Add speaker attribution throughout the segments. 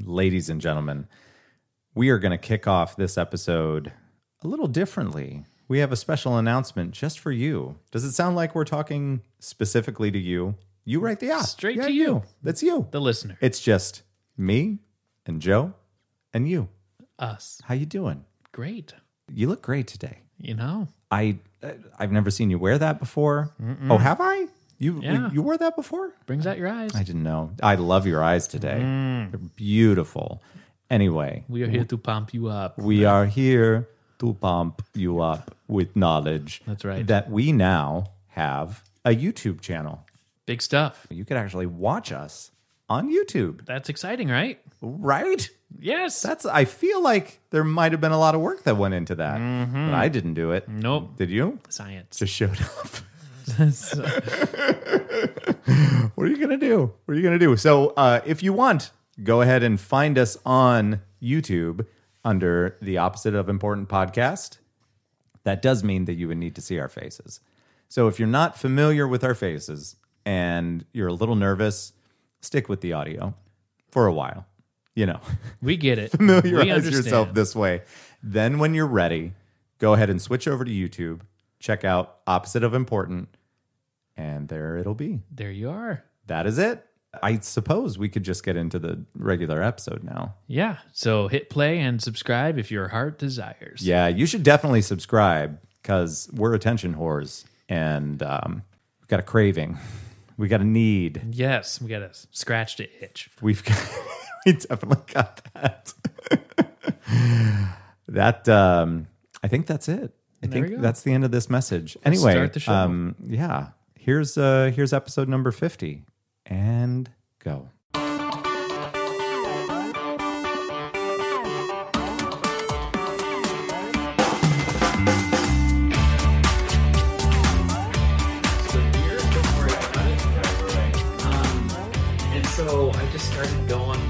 Speaker 1: ladies and gentlemen, we are going to kick off this episode a little differently. We have a special announcement just for you. Does it sound like we're talking specifically to you? You right there.
Speaker 2: Straight
Speaker 1: Yeah,
Speaker 2: to you.
Speaker 1: That's you.
Speaker 2: The listener,
Speaker 1: It's just me and Joe and you.
Speaker 2: us.
Speaker 1: How you doing?
Speaker 2: Great.
Speaker 1: You look great today.
Speaker 2: You know,
Speaker 1: I uh, I've never seen you wear that before. Oh, have I? You
Speaker 2: Yeah.
Speaker 1: you wore that before?
Speaker 2: brings out your eyes.
Speaker 1: I didn't know. I love your eyes today.
Speaker 2: Mm.
Speaker 1: They're beautiful. Anyway,
Speaker 2: We are here to pump you up.
Speaker 1: we are here to pump you up with knowledge.
Speaker 2: That's right.
Speaker 1: That we now have a YouTube channel.
Speaker 2: Big stuff.
Speaker 1: You can actually watch us on YouTube,
Speaker 2: That's exciting, right?
Speaker 1: right?
Speaker 2: Yes.
Speaker 1: That's. I feel like there might have been a lot of work that went into that, but
Speaker 2: Mm-hmm.
Speaker 1: I didn't do it.
Speaker 2: nope.
Speaker 1: Did you?
Speaker 2: Science.
Speaker 1: Just showed up.
Speaker 2: So-
Speaker 1: What are you gonna do? What are you gonna do? So, uh, if you want, go ahead and find us on YouTube under the opposite of important podcast. That does mean that you would need to see our faces. So, if you're not familiar with our faces and you're a little nervous, stick with the audio for a while. You know,
Speaker 2: we get it. we
Speaker 1: familiarize
Speaker 2: understand.
Speaker 1: yourself this way. Then, when you're ready, go ahead and switch over to YouTube. Check out opposite of important, and there it'll be
Speaker 2: There you are.
Speaker 1: that is it. I suppose we could just get into the regular episode now.
Speaker 2: Yeah. So hit play and subscribe if your heart desires.
Speaker 1: Yeah, you should definitely subscribe because we're attention whores and um, we've got a craving. We got a need.
Speaker 2: Yes. We got to scratch to itch.
Speaker 1: We've got, we definitely got that. that um, I think that's it. I
Speaker 2: There
Speaker 1: think
Speaker 2: we go.
Speaker 1: that's the end of this message. Anyway,
Speaker 2: start the show.
Speaker 1: Um, yeah, here's uh, here's episode number fifty, and go.
Speaker 2: Um, And so I just started going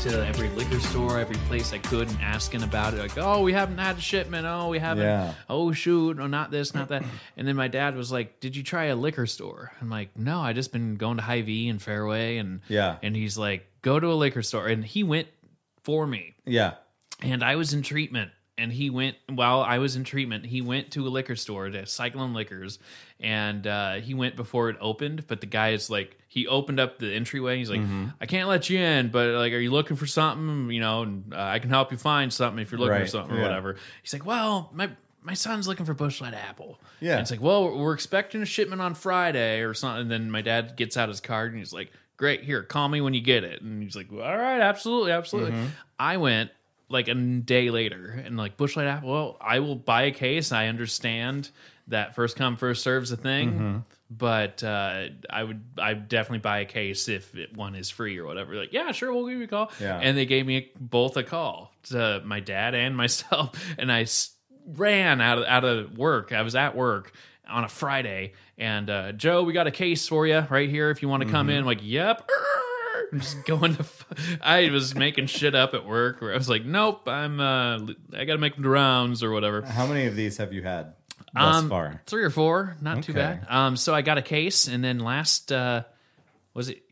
Speaker 2: to every liquor store, every place I could, and asking about it. Like, oh, we haven't had a shipment. Oh, we haven't.
Speaker 1: Yeah.
Speaker 2: Oh, shoot. Oh, not this, not that. And then my dad was like, Did you try a liquor store? I'm like, No, I just been going to High V and Fairway. And
Speaker 1: Yeah.
Speaker 2: And he's like, Go to a liquor store. And he went for me.
Speaker 1: Yeah,
Speaker 2: And I was in treatment. And he went while I was in treatment. He went to a liquor store to Cyclone Liquors, and uh, he went before it opened. But the guy is like, he opened up the entryway. And he's like,
Speaker 1: Mm-hmm.
Speaker 2: I can't let you in, but like, are you looking for something? You know, and, uh, I can help you find something if you're looking for
Speaker 1: Right,
Speaker 2: something or
Speaker 1: yeah.
Speaker 2: whatever. He's like, well, my my son's looking for bushlight apple.
Speaker 1: Yeah.
Speaker 2: And it's like, well, we're expecting a shipment on Friday or something. And then my dad gets out his card and he's like, great, here, call me when you get it. And he's like, all right, absolutely, absolutely. I went like a day later and like bushlight apple. Well, I will buy a case. I understand that first come first serves a thing. But uh, I would, I would definitely buy a case if it, one is free or whatever. Like, yeah, sure, we'll give you a call.
Speaker 1: Yeah.
Speaker 2: And they gave me a, both a call to my dad and myself, and I s- ran out of out of work. I was at work on a Friday, and uh, Joe, we got a case for you right here if you want to come in. like, yep. I'm Just going to, f- I was making shit up at work where I was like, nope, I'm, uh, I gotta make the rounds or whatever
Speaker 1: how many of these have you had thus
Speaker 2: um,
Speaker 1: far?
Speaker 2: Three or four, not too
Speaker 1: Okay.
Speaker 2: bad. Um, so I got a case, and then last uh, was it?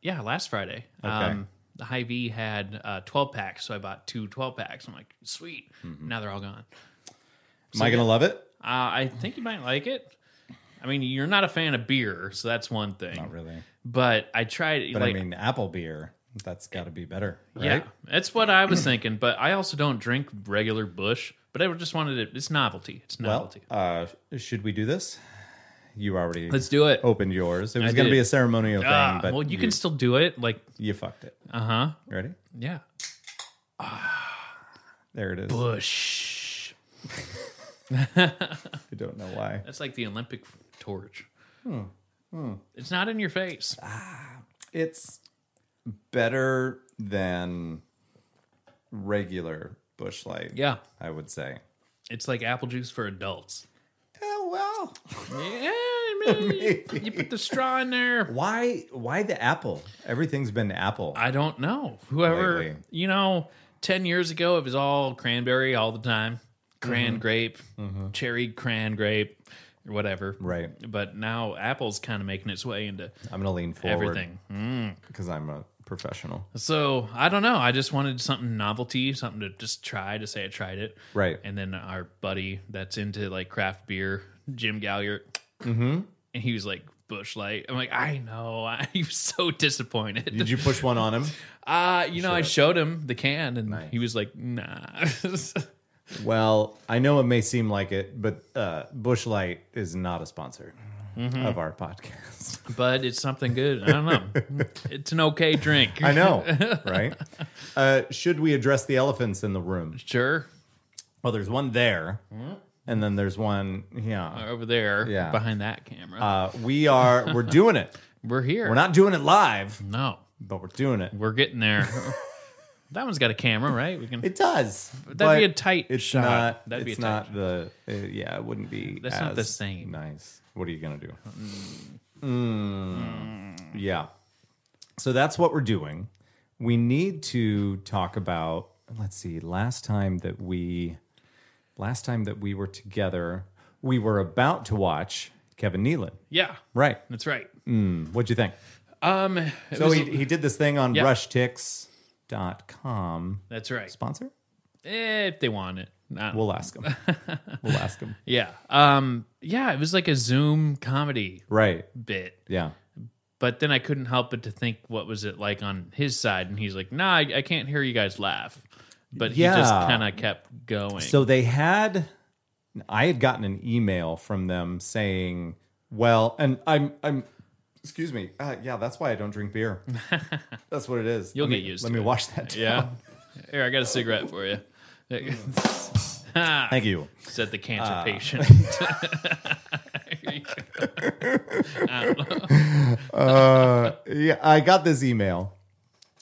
Speaker 2: Yeah, last Friday. Um, the High V had uh, twelve packs, so I bought two 12 packs. I'm like, sweet.
Speaker 1: Mm-hmm.
Speaker 2: Now they're all gone.
Speaker 1: Am I gonna love it?
Speaker 2: Uh, I think you might like it. I mean, you're not a fan of beer, so that's one thing.
Speaker 1: Not really.
Speaker 2: But I tried.
Speaker 1: But
Speaker 2: like,
Speaker 1: I mean, apple beer, that's got to be better, right?
Speaker 2: yeah, that's what I was thinking. But I also don't drink regular Bush. But I just wanted it. It's novelty. It's
Speaker 1: Well,
Speaker 2: novelty.
Speaker 1: uh, should we do this? You already
Speaker 2: Let's do it.
Speaker 1: opened yours. It was
Speaker 2: I
Speaker 1: going to
Speaker 2: did.
Speaker 1: be a ceremonial thing,
Speaker 2: Ah,
Speaker 1: oh, but
Speaker 2: well, you can still do it. Like,
Speaker 1: you fucked it.
Speaker 2: uh huh.
Speaker 1: Ready?
Speaker 2: Yeah.
Speaker 1: There it is.
Speaker 2: Bush.
Speaker 1: I don't know why.
Speaker 2: That's like the Olympic torch.
Speaker 1: Hmm,
Speaker 2: It's not in your face.
Speaker 1: Ah. It's better than regular bushlight.
Speaker 2: Yeah.
Speaker 1: I would say.
Speaker 2: It's like apple juice for adults.
Speaker 1: Oh well.
Speaker 2: Yeah, I mean,
Speaker 1: Maybe.
Speaker 2: You put the straw in there.
Speaker 1: Why? Why the apple? Everything's been apple.
Speaker 2: I don't know. Whoever,
Speaker 1: Lately.
Speaker 2: you know, 10 years ago, it was all cranberry all the time. Cran
Speaker 1: Mm-hmm.
Speaker 2: grape, cherry cran grape, or whatever.
Speaker 1: right.
Speaker 2: But now apple's kind of making its way into
Speaker 1: I'm going to lean forward
Speaker 2: everything. Mm.
Speaker 1: because I'm a professional.
Speaker 2: So I don't know. I just wanted something novelty, something to just try to say I tried it.
Speaker 1: Right.
Speaker 2: And then our buddy that's into like craft beer, Jim Gallagher,
Speaker 1: Mm-hmm.
Speaker 2: and he was like Bush Light. I'm like, I know. I was so disappointed.
Speaker 1: Did you push one on him?
Speaker 2: uh, you know, I showed him the can, and he was like, Nah.
Speaker 1: Well, I know it may seem like it, but uh, Bushlight is not a sponsor of our podcast.
Speaker 2: but it's something good. I don't know. it's an okay drink.
Speaker 1: I know, right? Uh, should we address the elephants in the room?
Speaker 2: sure.
Speaker 1: Well, there's one there, and then there's one. Yeah,
Speaker 2: Over there,
Speaker 1: Yeah.
Speaker 2: behind that camera,
Speaker 1: uh, we are. We're doing it.
Speaker 2: we're here.
Speaker 1: We're not doing it live,
Speaker 2: No,
Speaker 1: but we're doing it.
Speaker 2: we're getting there. that one's got a camera, right? We can.
Speaker 1: It does. That'd
Speaker 2: be a tight
Speaker 1: it's
Speaker 2: shot.
Speaker 1: Not,
Speaker 2: That'd be
Speaker 1: it's
Speaker 2: a
Speaker 1: not
Speaker 2: tight
Speaker 1: the. uh, yeah, it wouldn't be.
Speaker 2: That's not the
Speaker 1: as
Speaker 2: same.
Speaker 1: Nice. What are you gonna do? Mm. Yeah. So that's what we're doing. We need to talk about. Let's see. Last time that we, last time that we were together, we were about to watch Kevin Nealon.
Speaker 2: yeah,
Speaker 1: Right.
Speaker 2: that's right.
Speaker 1: What'd you think?
Speaker 2: Um, it
Speaker 1: So
Speaker 2: was-
Speaker 1: he, he did this thing on rushtix.com.
Speaker 2: that's right.
Speaker 1: Sponsor?
Speaker 2: If they want it, not
Speaker 1: We'll ask him. we'll ask him.
Speaker 2: yeah. Um, yeah, it was like a Zoom comedy
Speaker 1: Right.
Speaker 2: bit,
Speaker 1: Yeah.
Speaker 2: but then I couldn't help but to think, what was it like on his side? And he's like, Nah, I, I can't hear you guys laugh. But he just
Speaker 1: Yeah.
Speaker 2: kind of kept going.
Speaker 1: So they had, I had gotten an email from them saying, well, and I'm, I'm, excuse me. Uh, yeah, that's why I don't drink beer. that's what it is.
Speaker 2: You'll
Speaker 1: Let me-
Speaker 2: get used
Speaker 1: Let
Speaker 2: to
Speaker 1: me
Speaker 2: it.
Speaker 1: wash that down.
Speaker 2: yeah. Here, I got a cigarette for you.
Speaker 1: Thank you. Uh,
Speaker 2: Said the cancer patient.
Speaker 1: Yeah, I got this email.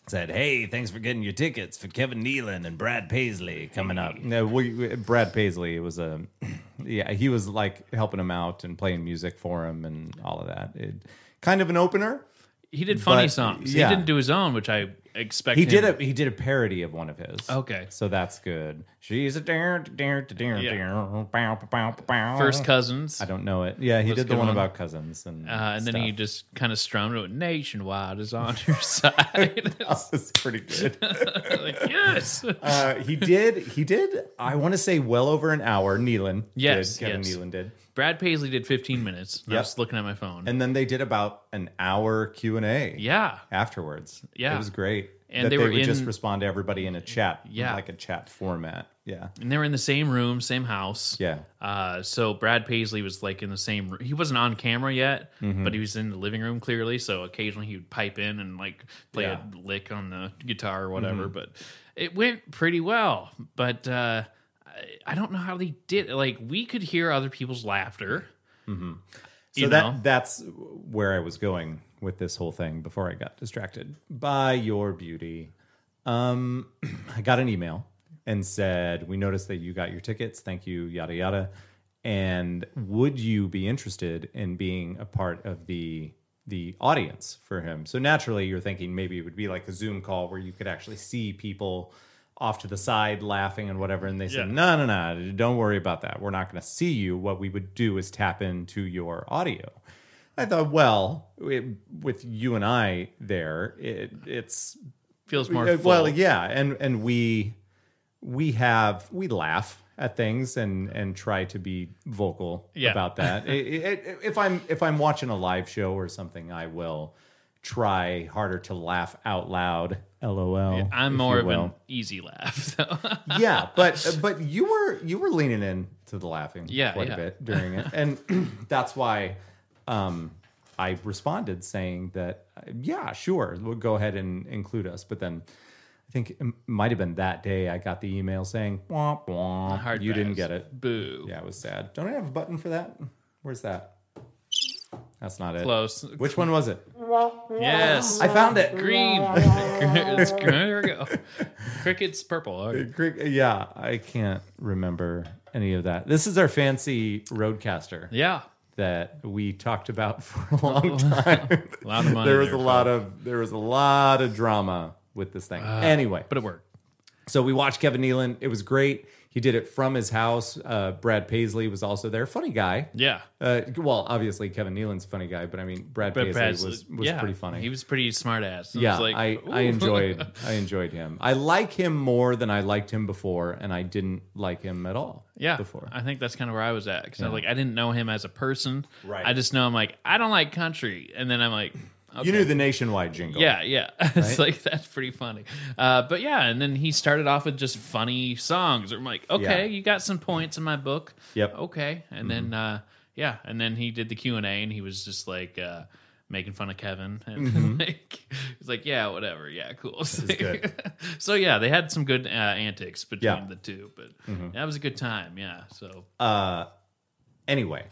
Speaker 1: Said, hey, thanks for getting your tickets for Kevin Nealon and Brad Paisley coming up. No, we, we- Brad Paisley was a, yeah, he was like helping him out and playing music for him and all of that. It, kind of an opener.
Speaker 2: he did funny
Speaker 1: But,
Speaker 2: songs.
Speaker 1: yeah.
Speaker 2: He didn't do his own, which I expect.
Speaker 1: He
Speaker 2: him
Speaker 1: did a he did a parody of one of his.
Speaker 2: Okay.
Speaker 1: so that's good. She's a dare dare dare
Speaker 2: Yeah.
Speaker 1: dare
Speaker 2: first cousins.
Speaker 1: I don't know it. Yeah, he did the
Speaker 2: good
Speaker 1: one
Speaker 2: one.
Speaker 1: about cousins and
Speaker 2: Uh, and then he
Speaker 1: stuff.
Speaker 2: just kind of strummed it. Nationwide is on your side.
Speaker 1: That was pretty good.
Speaker 2: like, yes.
Speaker 1: Uh, he did. He did. I want to say well over an hour. Nealon.
Speaker 2: Yes,
Speaker 1: did, Kevin
Speaker 2: yes.
Speaker 1: Nealon did.
Speaker 2: Brad Paisley did 15 minutes. and I
Speaker 1: Yep.
Speaker 2: was looking at my phone.
Speaker 1: And then they did about an hour Q and A
Speaker 2: yeah.
Speaker 1: afterwards.
Speaker 2: Yeah.
Speaker 1: it was great.
Speaker 2: And
Speaker 1: that
Speaker 2: they
Speaker 1: they,
Speaker 2: were
Speaker 1: would just
Speaker 2: in-
Speaker 1: respond to everybody in a chat.
Speaker 2: Yeah.
Speaker 1: like a chat format. Yeah,
Speaker 2: And they were in the same room, same house.
Speaker 1: yeah.
Speaker 2: Uh, so Brad Paisley was like in the same room. He wasn't on camera yet,
Speaker 1: Mm-hmm.
Speaker 2: but he was in the living room clearly. So occasionally he would pipe in and like play a lick on the guitar or whatever.
Speaker 1: Mm-hmm.
Speaker 2: But it went pretty well. But uh, I, I don't know how they did. Like we could hear other people's laughter.
Speaker 1: Mm-hmm. So
Speaker 2: You
Speaker 1: that
Speaker 2: know?
Speaker 1: that's where I was going with this whole thing before I got distracted by your beauty. Um, I got an email and said, "We noticed that you got your tickets. Thank you, yada yada." And would you be interested in being a part of the the audience for him? So naturally, you're thinking maybe it would be like a Zoom call where you could actually see people off to the side laughing and whatever. And they said,
Speaker 2: Yeah.
Speaker 1: "No, no, no, don't worry about that. We're not going to see you. What we would do is tap into your audio." I thought, well, it- with you and I there, it, it's
Speaker 2: Feels more
Speaker 1: uh, well
Speaker 2: full.
Speaker 1: yeah and and we we have we laugh at things and and try to be vocal
Speaker 2: Yeah.
Speaker 1: about that I- I- if i'm if i'm watching a live show or something i will try harder to laugh out loud lol
Speaker 2: I'm
Speaker 1: if
Speaker 2: more
Speaker 1: you
Speaker 2: of an
Speaker 1: will.
Speaker 2: easy laugh, though.
Speaker 1: yeah but but you were you were leaning in to the laughing
Speaker 2: Yeah,
Speaker 1: quite
Speaker 2: yeah.
Speaker 1: a bit during it and that's why um i responded saying that yeah sure we'll go ahead and include us but then i think it might have been that day i got the email saying womp womp
Speaker 2: Hard
Speaker 1: you didn't
Speaker 2: pass.
Speaker 1: get it
Speaker 2: Boo.
Speaker 1: yeah it was sad don't i have a button for that where's that that's not it
Speaker 2: Close.
Speaker 1: which one was it
Speaker 2: Yes.
Speaker 1: i found it
Speaker 2: green. it's green. There we go. Cricket's purple. Okay.
Speaker 1: Greek- yeah i can't remember any of that this is our fancy roadcaster
Speaker 2: Yeah.
Speaker 1: that we talked about for a long time.
Speaker 2: A lot of money. Ah.
Speaker 1: there was a lot of there was a lot of drama with this thing. anyway,
Speaker 2: but it worked.
Speaker 1: So we watched Kevin Nealon. It was great. He did it from his house. Uh, Brad Paisley was also there. Funny guy.
Speaker 2: Yeah.
Speaker 1: Uh, well, obviously Kevin Nealon's a funny guy, but I mean Brad,
Speaker 2: But
Speaker 1: Paisley,
Speaker 2: Brad's-
Speaker 1: was was
Speaker 2: yeah,
Speaker 1: pretty funny.
Speaker 2: He was pretty smart ass. It was
Speaker 1: yeah,
Speaker 2: like,
Speaker 1: I, I
Speaker 2: ooh.
Speaker 1: enjoyed I enjoyed him. I like him more than I liked him before, and I didn't like him at all.
Speaker 2: yeah,
Speaker 1: before
Speaker 2: I think that's kind of where I was at because I like I didn't know him as a person.
Speaker 1: Right.
Speaker 2: I just know I'm like I don't like country, and then I'm like, okay.
Speaker 1: you knew the nationwide jingle.
Speaker 2: yeah, yeah. it's like that's pretty funny. Uh, but yeah, and then he started off with just funny songs. I'm like, okay,
Speaker 1: Yeah.
Speaker 2: you got some points in my book.
Speaker 1: Yep. Mm-hmm.
Speaker 2: Okay, and then uh, yeah, and then he did the Q and A, and he was just like. Uh, Making fun of Kevin, and
Speaker 1: Mm-hmm.
Speaker 2: like he's like, "Yeah, whatever, yeah, cool."
Speaker 1: good.
Speaker 2: so yeah, they had some good uh, antics between
Speaker 1: Yeah. Mm-hmm. Uh,
Speaker 2: the two, but that was a good time. Yeah, so
Speaker 1: anyway,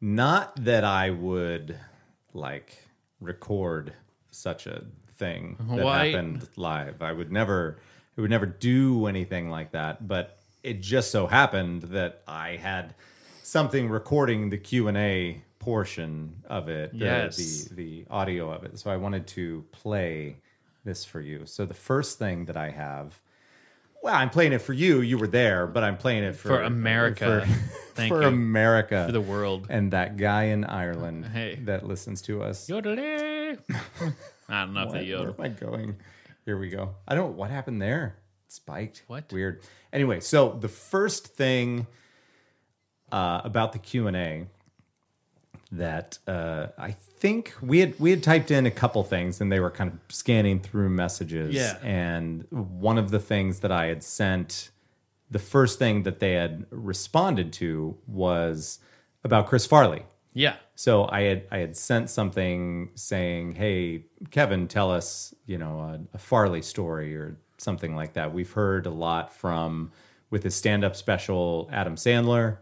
Speaker 1: not that I would like record such a thing that
Speaker 2: Why-
Speaker 1: happened live. I would never I would never do anything like that, but it just so happened that I had something recording the Q&A portion of it, the-
Speaker 2: Yes.
Speaker 1: the the audio of it. So I wanted to play this for you. So the first thing that I have well, I'm playing it for you. You were there, but I'm playing it for
Speaker 2: For America. Thank
Speaker 1: for
Speaker 2: you.
Speaker 1: America,
Speaker 2: for the world.
Speaker 1: and that guy in Ireland
Speaker 2: Hey.
Speaker 1: that listens to us.
Speaker 2: Yodelay. I don't know if
Speaker 1: Where
Speaker 2: they
Speaker 1: am
Speaker 2: yodel.
Speaker 1: I going? Here we go. I don't. What happened there? It spiked.
Speaker 2: What?
Speaker 1: Weird. Anyway, so the first thing uh, about the Q and A that uh, I think we had we had typed in a couple things, and they were kind of scanning through messages.
Speaker 2: Yeah.
Speaker 1: And one of the things that I had sent, the first thing that they had responded to was about Chris Farley.
Speaker 2: Yeah.
Speaker 1: So I had I had sent something saying, "Hey, Kevin, tell us, you know, a, a Farley story or something like that." We've heard a lot from with his stand-up special, Adam Sandler.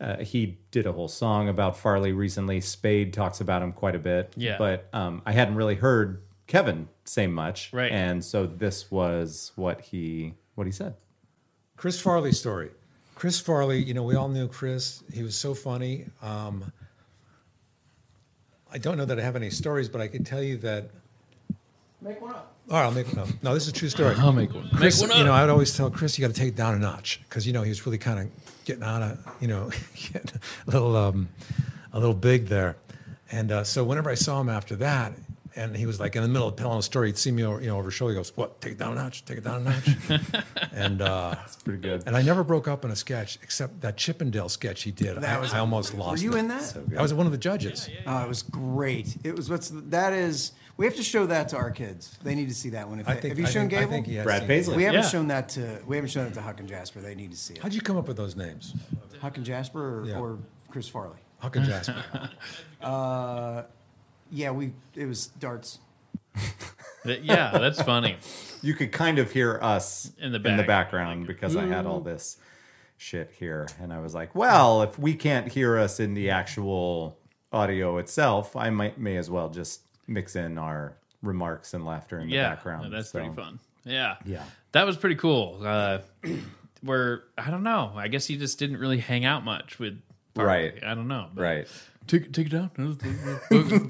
Speaker 1: Uh, he did a whole song about Farley recently. Spade talks about him quite a bit.
Speaker 2: Yeah.
Speaker 1: but um, I hadn't really heard Kevin say much.
Speaker 2: Right.
Speaker 1: and so this was what he what he said.
Speaker 3: Chris Farley story. Chris Farley, you know, we all knew Chris. He was so funny. Um, I don't know that I have any stories, but I can tell you that. Make one up. All right, I'll make one up. No, this is a true story. I'll make one. Chris,
Speaker 2: Make one
Speaker 3: You know,
Speaker 2: up.
Speaker 3: I'd always tell Chris, you got to take it down a notch because you know he was really kind of getting on a, you know, getting a little, um, a little big there. And uh, so whenever I saw him after that, and he was like in the middle of telling a story, he'd see me over, you know, over his shoulder. He goes, "What? Take it down a notch. Take it down a notch." and uh,
Speaker 1: Pretty good.
Speaker 3: and I never broke up in a sketch except that Chippendale sketch he did. I, I almost
Speaker 4: Were
Speaker 3: lost.
Speaker 4: you
Speaker 3: it.
Speaker 4: in that?
Speaker 3: I was one of the judges.
Speaker 4: Oh, it was great. It was what's that is. We have to show that to our kids. They need to see that one. If
Speaker 3: I
Speaker 4: they-
Speaker 3: think.
Speaker 4: have you
Speaker 3: I
Speaker 4: shown
Speaker 3: think,
Speaker 4: Gable?
Speaker 3: I think he has
Speaker 1: Brad
Speaker 3: seen it.
Speaker 1: Paisley.
Speaker 4: We haven't
Speaker 2: Yeah.
Speaker 4: shown that to we haven't shown it to Huck and Jasper. They need to see it.
Speaker 3: How'd you come up with those names?
Speaker 4: Huck and Jasper or,
Speaker 3: Yeah.
Speaker 4: or Chris Farley.
Speaker 3: Huck and Jasper.
Speaker 4: Yeah, we it was darts.
Speaker 2: Th- Yeah, that's funny.
Speaker 1: you could kind of hear us
Speaker 2: In the
Speaker 1: in the
Speaker 2: back.
Speaker 1: background because I had all this shit here, and I was like, well, if we can't hear us in the actual audio itself, I might may as well just mix in our remarks and laughter in the
Speaker 2: Yeah.
Speaker 1: background.
Speaker 2: That's
Speaker 1: So,
Speaker 2: pretty fun. Yeah.
Speaker 1: Yeah.
Speaker 2: That was pretty cool. Uh, where, I don't know. I guess he just didn't really hang out much with. Farley.
Speaker 1: Right.
Speaker 2: I don't know. but-
Speaker 1: Right.
Speaker 2: Take, take it down.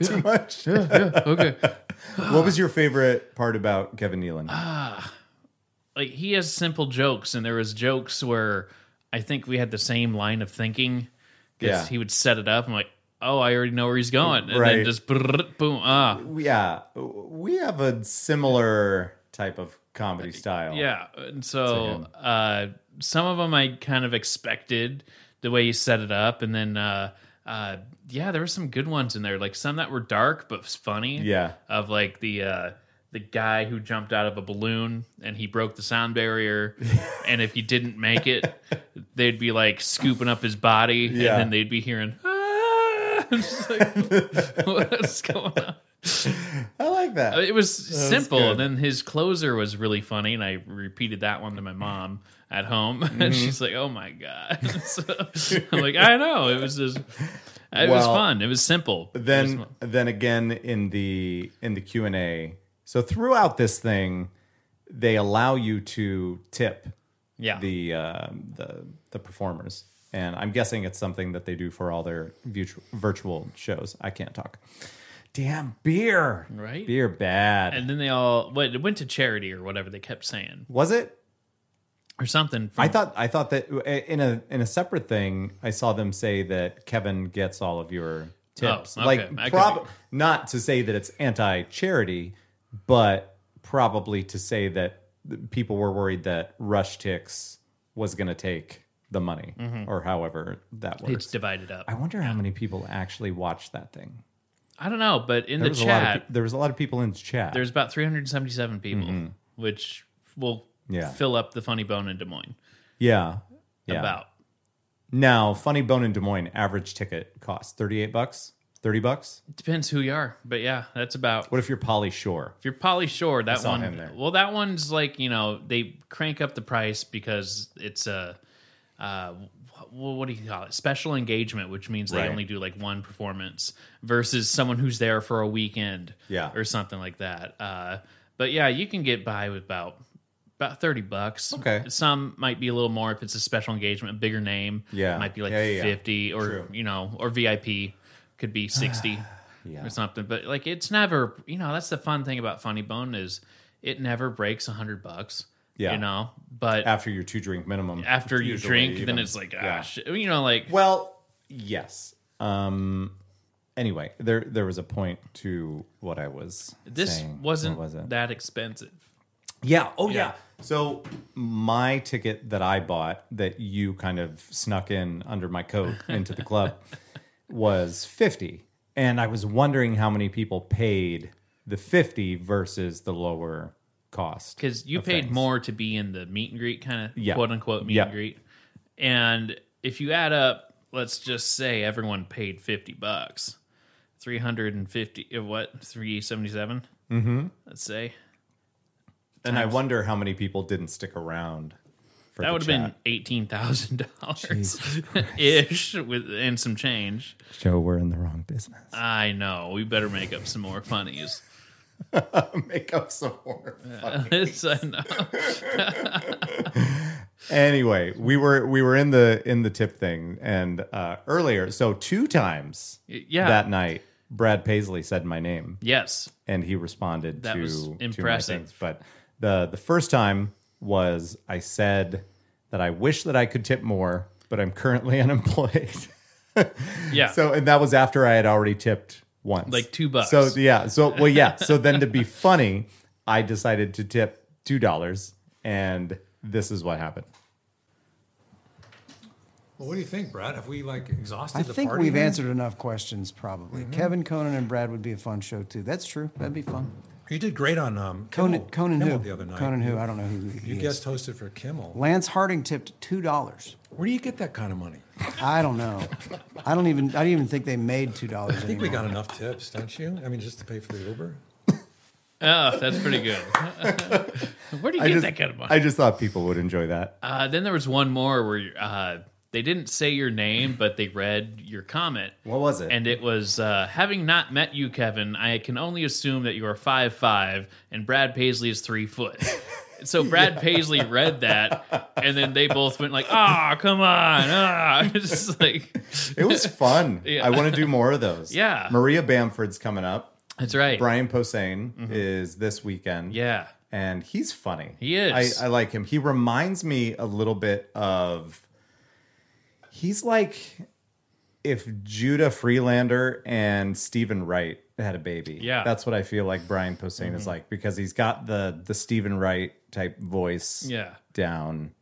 Speaker 2: Too
Speaker 1: much.
Speaker 2: Yeah, yeah. Okay.
Speaker 1: What was your favorite part about Kevin Nealon?
Speaker 2: Uh, like he has simple jokes and there was jokes where i think we had the same line of thinking because
Speaker 1: Yeah.
Speaker 2: he would set it up i'm like oh i already know where he's going and
Speaker 1: Right.
Speaker 2: then just brrrt, boom ah
Speaker 1: yeah, we have a similar type of comedy style.
Speaker 2: yeah and so uh some of them i kind of expected the way he set it up and then uh uh yeah there were some good ones in there like some that were dark but funny
Speaker 1: Yeah.
Speaker 2: of like the uh the guy who jumped out of a balloon and he broke the sound barrier and if he didn't make it they'd be like scooping up his body
Speaker 1: Yeah.
Speaker 2: and then they'd be hearing ah! It's like, what's going on
Speaker 1: I like that.
Speaker 2: it was simple
Speaker 1: good.
Speaker 2: and then his closer was really funny and i repeated that one to my mom at home
Speaker 1: Mm-hmm.
Speaker 2: and she's like oh my god so, i'm like i know it was just it was
Speaker 1: Well,
Speaker 2: fun it was simple It was
Speaker 1: then
Speaker 2: fun.
Speaker 1: then again in the in the q&a so throughout this thing they allow you to tip
Speaker 2: yeah
Speaker 1: the uh, the the performers and i'm guessing it's something that they do for all their virtu- virtual shows i can't talk damn beer
Speaker 2: Right?
Speaker 1: beer bad
Speaker 2: And then they all well, it went to charity or whatever they kept saying.
Speaker 1: was it
Speaker 2: or something.
Speaker 1: I thought I thought that eh, in a in a separate thing, I saw them say that Kevin gets all of your tips.
Speaker 2: Oh, okay. I
Speaker 1: Like,
Speaker 2: could
Speaker 1: prob-
Speaker 2: be-
Speaker 1: not to say that it's anti charity, but probably to say that the people were worried that Rush Ticks was going to take the money or however that
Speaker 2: Mm-hmm. it's
Speaker 1: works.
Speaker 2: divided up.
Speaker 1: I wonder how many people actually watched that thing.
Speaker 2: I don't know, but in
Speaker 1: There
Speaker 2: the
Speaker 1: was a lot
Speaker 2: chat,
Speaker 1: of, pe- there was a lot of people in the chat.
Speaker 2: there's about 377 people, which will
Speaker 1: Mm-hmm. Yeah.
Speaker 2: fill up the funny bone in Des Moines.
Speaker 1: yeah. Yeah.
Speaker 2: About
Speaker 1: Now, Funny Bone in Des Moines average ticket costs 38 bucks, 30 bucks.
Speaker 2: depends who you are, but yeah, that's about.
Speaker 1: What if you're Polly Shore?
Speaker 2: If you're Polly Shore, that
Speaker 1: saw
Speaker 2: one.
Speaker 1: him there.
Speaker 2: Well, that one's like you know they crank up the price because it's a. Uh, wh- well, what do you call it? Special engagement, which means they
Speaker 1: Right.
Speaker 2: only do like one performance versus someone who's there for a weekend,
Speaker 1: Yeah.
Speaker 2: or something like that. Uh, but yeah, you can get by with about about thirty bucks.
Speaker 1: Okay.
Speaker 2: some might be a little more if it's a special engagement, a bigger name.
Speaker 1: Yeah.
Speaker 2: might be like
Speaker 1: Yeah, yeah, yeah.
Speaker 2: fifty or
Speaker 1: True.
Speaker 2: you know, or VIP could be sixty
Speaker 1: Yeah.
Speaker 2: or something. But like, it's never, you know, that's the fun thing about Funny Bone is it never breaks a hundred bucks.
Speaker 1: Yeah.
Speaker 2: you know, but after,
Speaker 1: after your two drink minimum.
Speaker 2: you
Speaker 1: usually
Speaker 2: drink,
Speaker 1: even.
Speaker 2: then it's like, ah,
Speaker 1: Yeah.
Speaker 2: shit. you know, like
Speaker 1: Well, yes. Um. Anyway, there there was a point to what I was.
Speaker 2: this
Speaker 1: saying. What
Speaker 2: wasn't
Speaker 1: was it?
Speaker 2: that expensive.
Speaker 1: Yeah. Oh, yeah.
Speaker 2: Yeah.
Speaker 1: So my ticket that I bought that you kind of snuck in under my coat into the club was 50. And I was wondering how many people paid the 50 versus the lower cost.
Speaker 2: because you
Speaker 1: of
Speaker 2: paid
Speaker 1: things.
Speaker 2: more to be in the meet and greet kind of
Speaker 1: Yeah.
Speaker 2: quote unquote meet
Speaker 1: Yeah.
Speaker 2: and greet. And if you add up, let's just say everyone paid fifty bucks, three hundred and fifty. uh, What three seventy seven? Mm-hmm. Let's say
Speaker 1: And I wonder how many people didn't stick around for
Speaker 2: that
Speaker 1: the
Speaker 2: would have been
Speaker 1: chat.
Speaker 2: eighteen thousand dollars ish with and some change.
Speaker 1: Joe, we're in the wrong business.
Speaker 2: I know we better make up some more funnies.
Speaker 1: Make up some more.
Speaker 2: It's- I know.
Speaker 1: anyway, we were we were in the in the tip thing and uh earlier, so two times
Speaker 2: Yeah.
Speaker 1: that night, Brad Paisley said my name
Speaker 2: yes,
Speaker 1: and he responded
Speaker 2: That
Speaker 1: to
Speaker 2: was
Speaker 1: to my
Speaker 2: impressive.
Speaker 1: things. but the the first time was I said that I wish that I could tip more, but I'm currently unemployed.
Speaker 2: yeah.
Speaker 1: so and that was after I had already tipped once.
Speaker 2: Like two bucks.
Speaker 1: So yeah. So well yeah. So then to be funny, I decided to tip two dollars and this is what happened.
Speaker 3: Well, what do you think, Brad? Have we like exhausted
Speaker 4: I
Speaker 3: the
Speaker 4: think
Speaker 3: party Mm-hmm.
Speaker 4: we've
Speaker 3: here?
Speaker 4: answered enough questions probably. Kevin Conan and Brad would be a fun show too. That's true. That'd be fun.
Speaker 3: You did great on um,
Speaker 4: Conan
Speaker 3: Kimmel-
Speaker 4: Conan
Speaker 3: Kimmel
Speaker 4: who?
Speaker 3: the other night.
Speaker 4: Conan who? I don't know who he
Speaker 3: You
Speaker 4: is.
Speaker 3: guest hosted for Kimmel.
Speaker 4: Lance Harding tipped two dollars.
Speaker 3: Where do you get that kind of money?
Speaker 4: I don't know. I don't even. I don't even think they made two dollars.
Speaker 3: I think we got enough tips, don't you? I mean, just to pay for the Uber.
Speaker 2: oh, that's pretty good. Where do you
Speaker 1: I
Speaker 2: get
Speaker 1: just,
Speaker 2: that kind of money?
Speaker 1: I just thought people would enjoy that.
Speaker 2: Uh, then there was one more where uh, they didn't say your name, but they read your comment.
Speaker 1: What was it?
Speaker 2: And it was uh, having not met you, Kevin. I can only assume that you are five five, and Brad Paisley is three foot. So Brad Paisley read that, and then they both went like, "Ah, come on!" Ah, it's just like
Speaker 1: It was fun. I want to do more of those.
Speaker 2: Yeah.
Speaker 1: Maria Bamford's coming up.
Speaker 2: that's right.
Speaker 1: Brian Posehn is this weekend.
Speaker 2: Mm-hmm. Yeah,
Speaker 1: And he's funny.
Speaker 2: He is.
Speaker 1: I, I like him. He reminds me a little bit of. He's like if Judah Freelander and Stephen Wright had a baby.
Speaker 2: Yeah. Mm-hmm.
Speaker 1: That's what I feel like Brian Posehn is like because he's got the the Stephen Wright type voice
Speaker 2: yeah.
Speaker 1: down.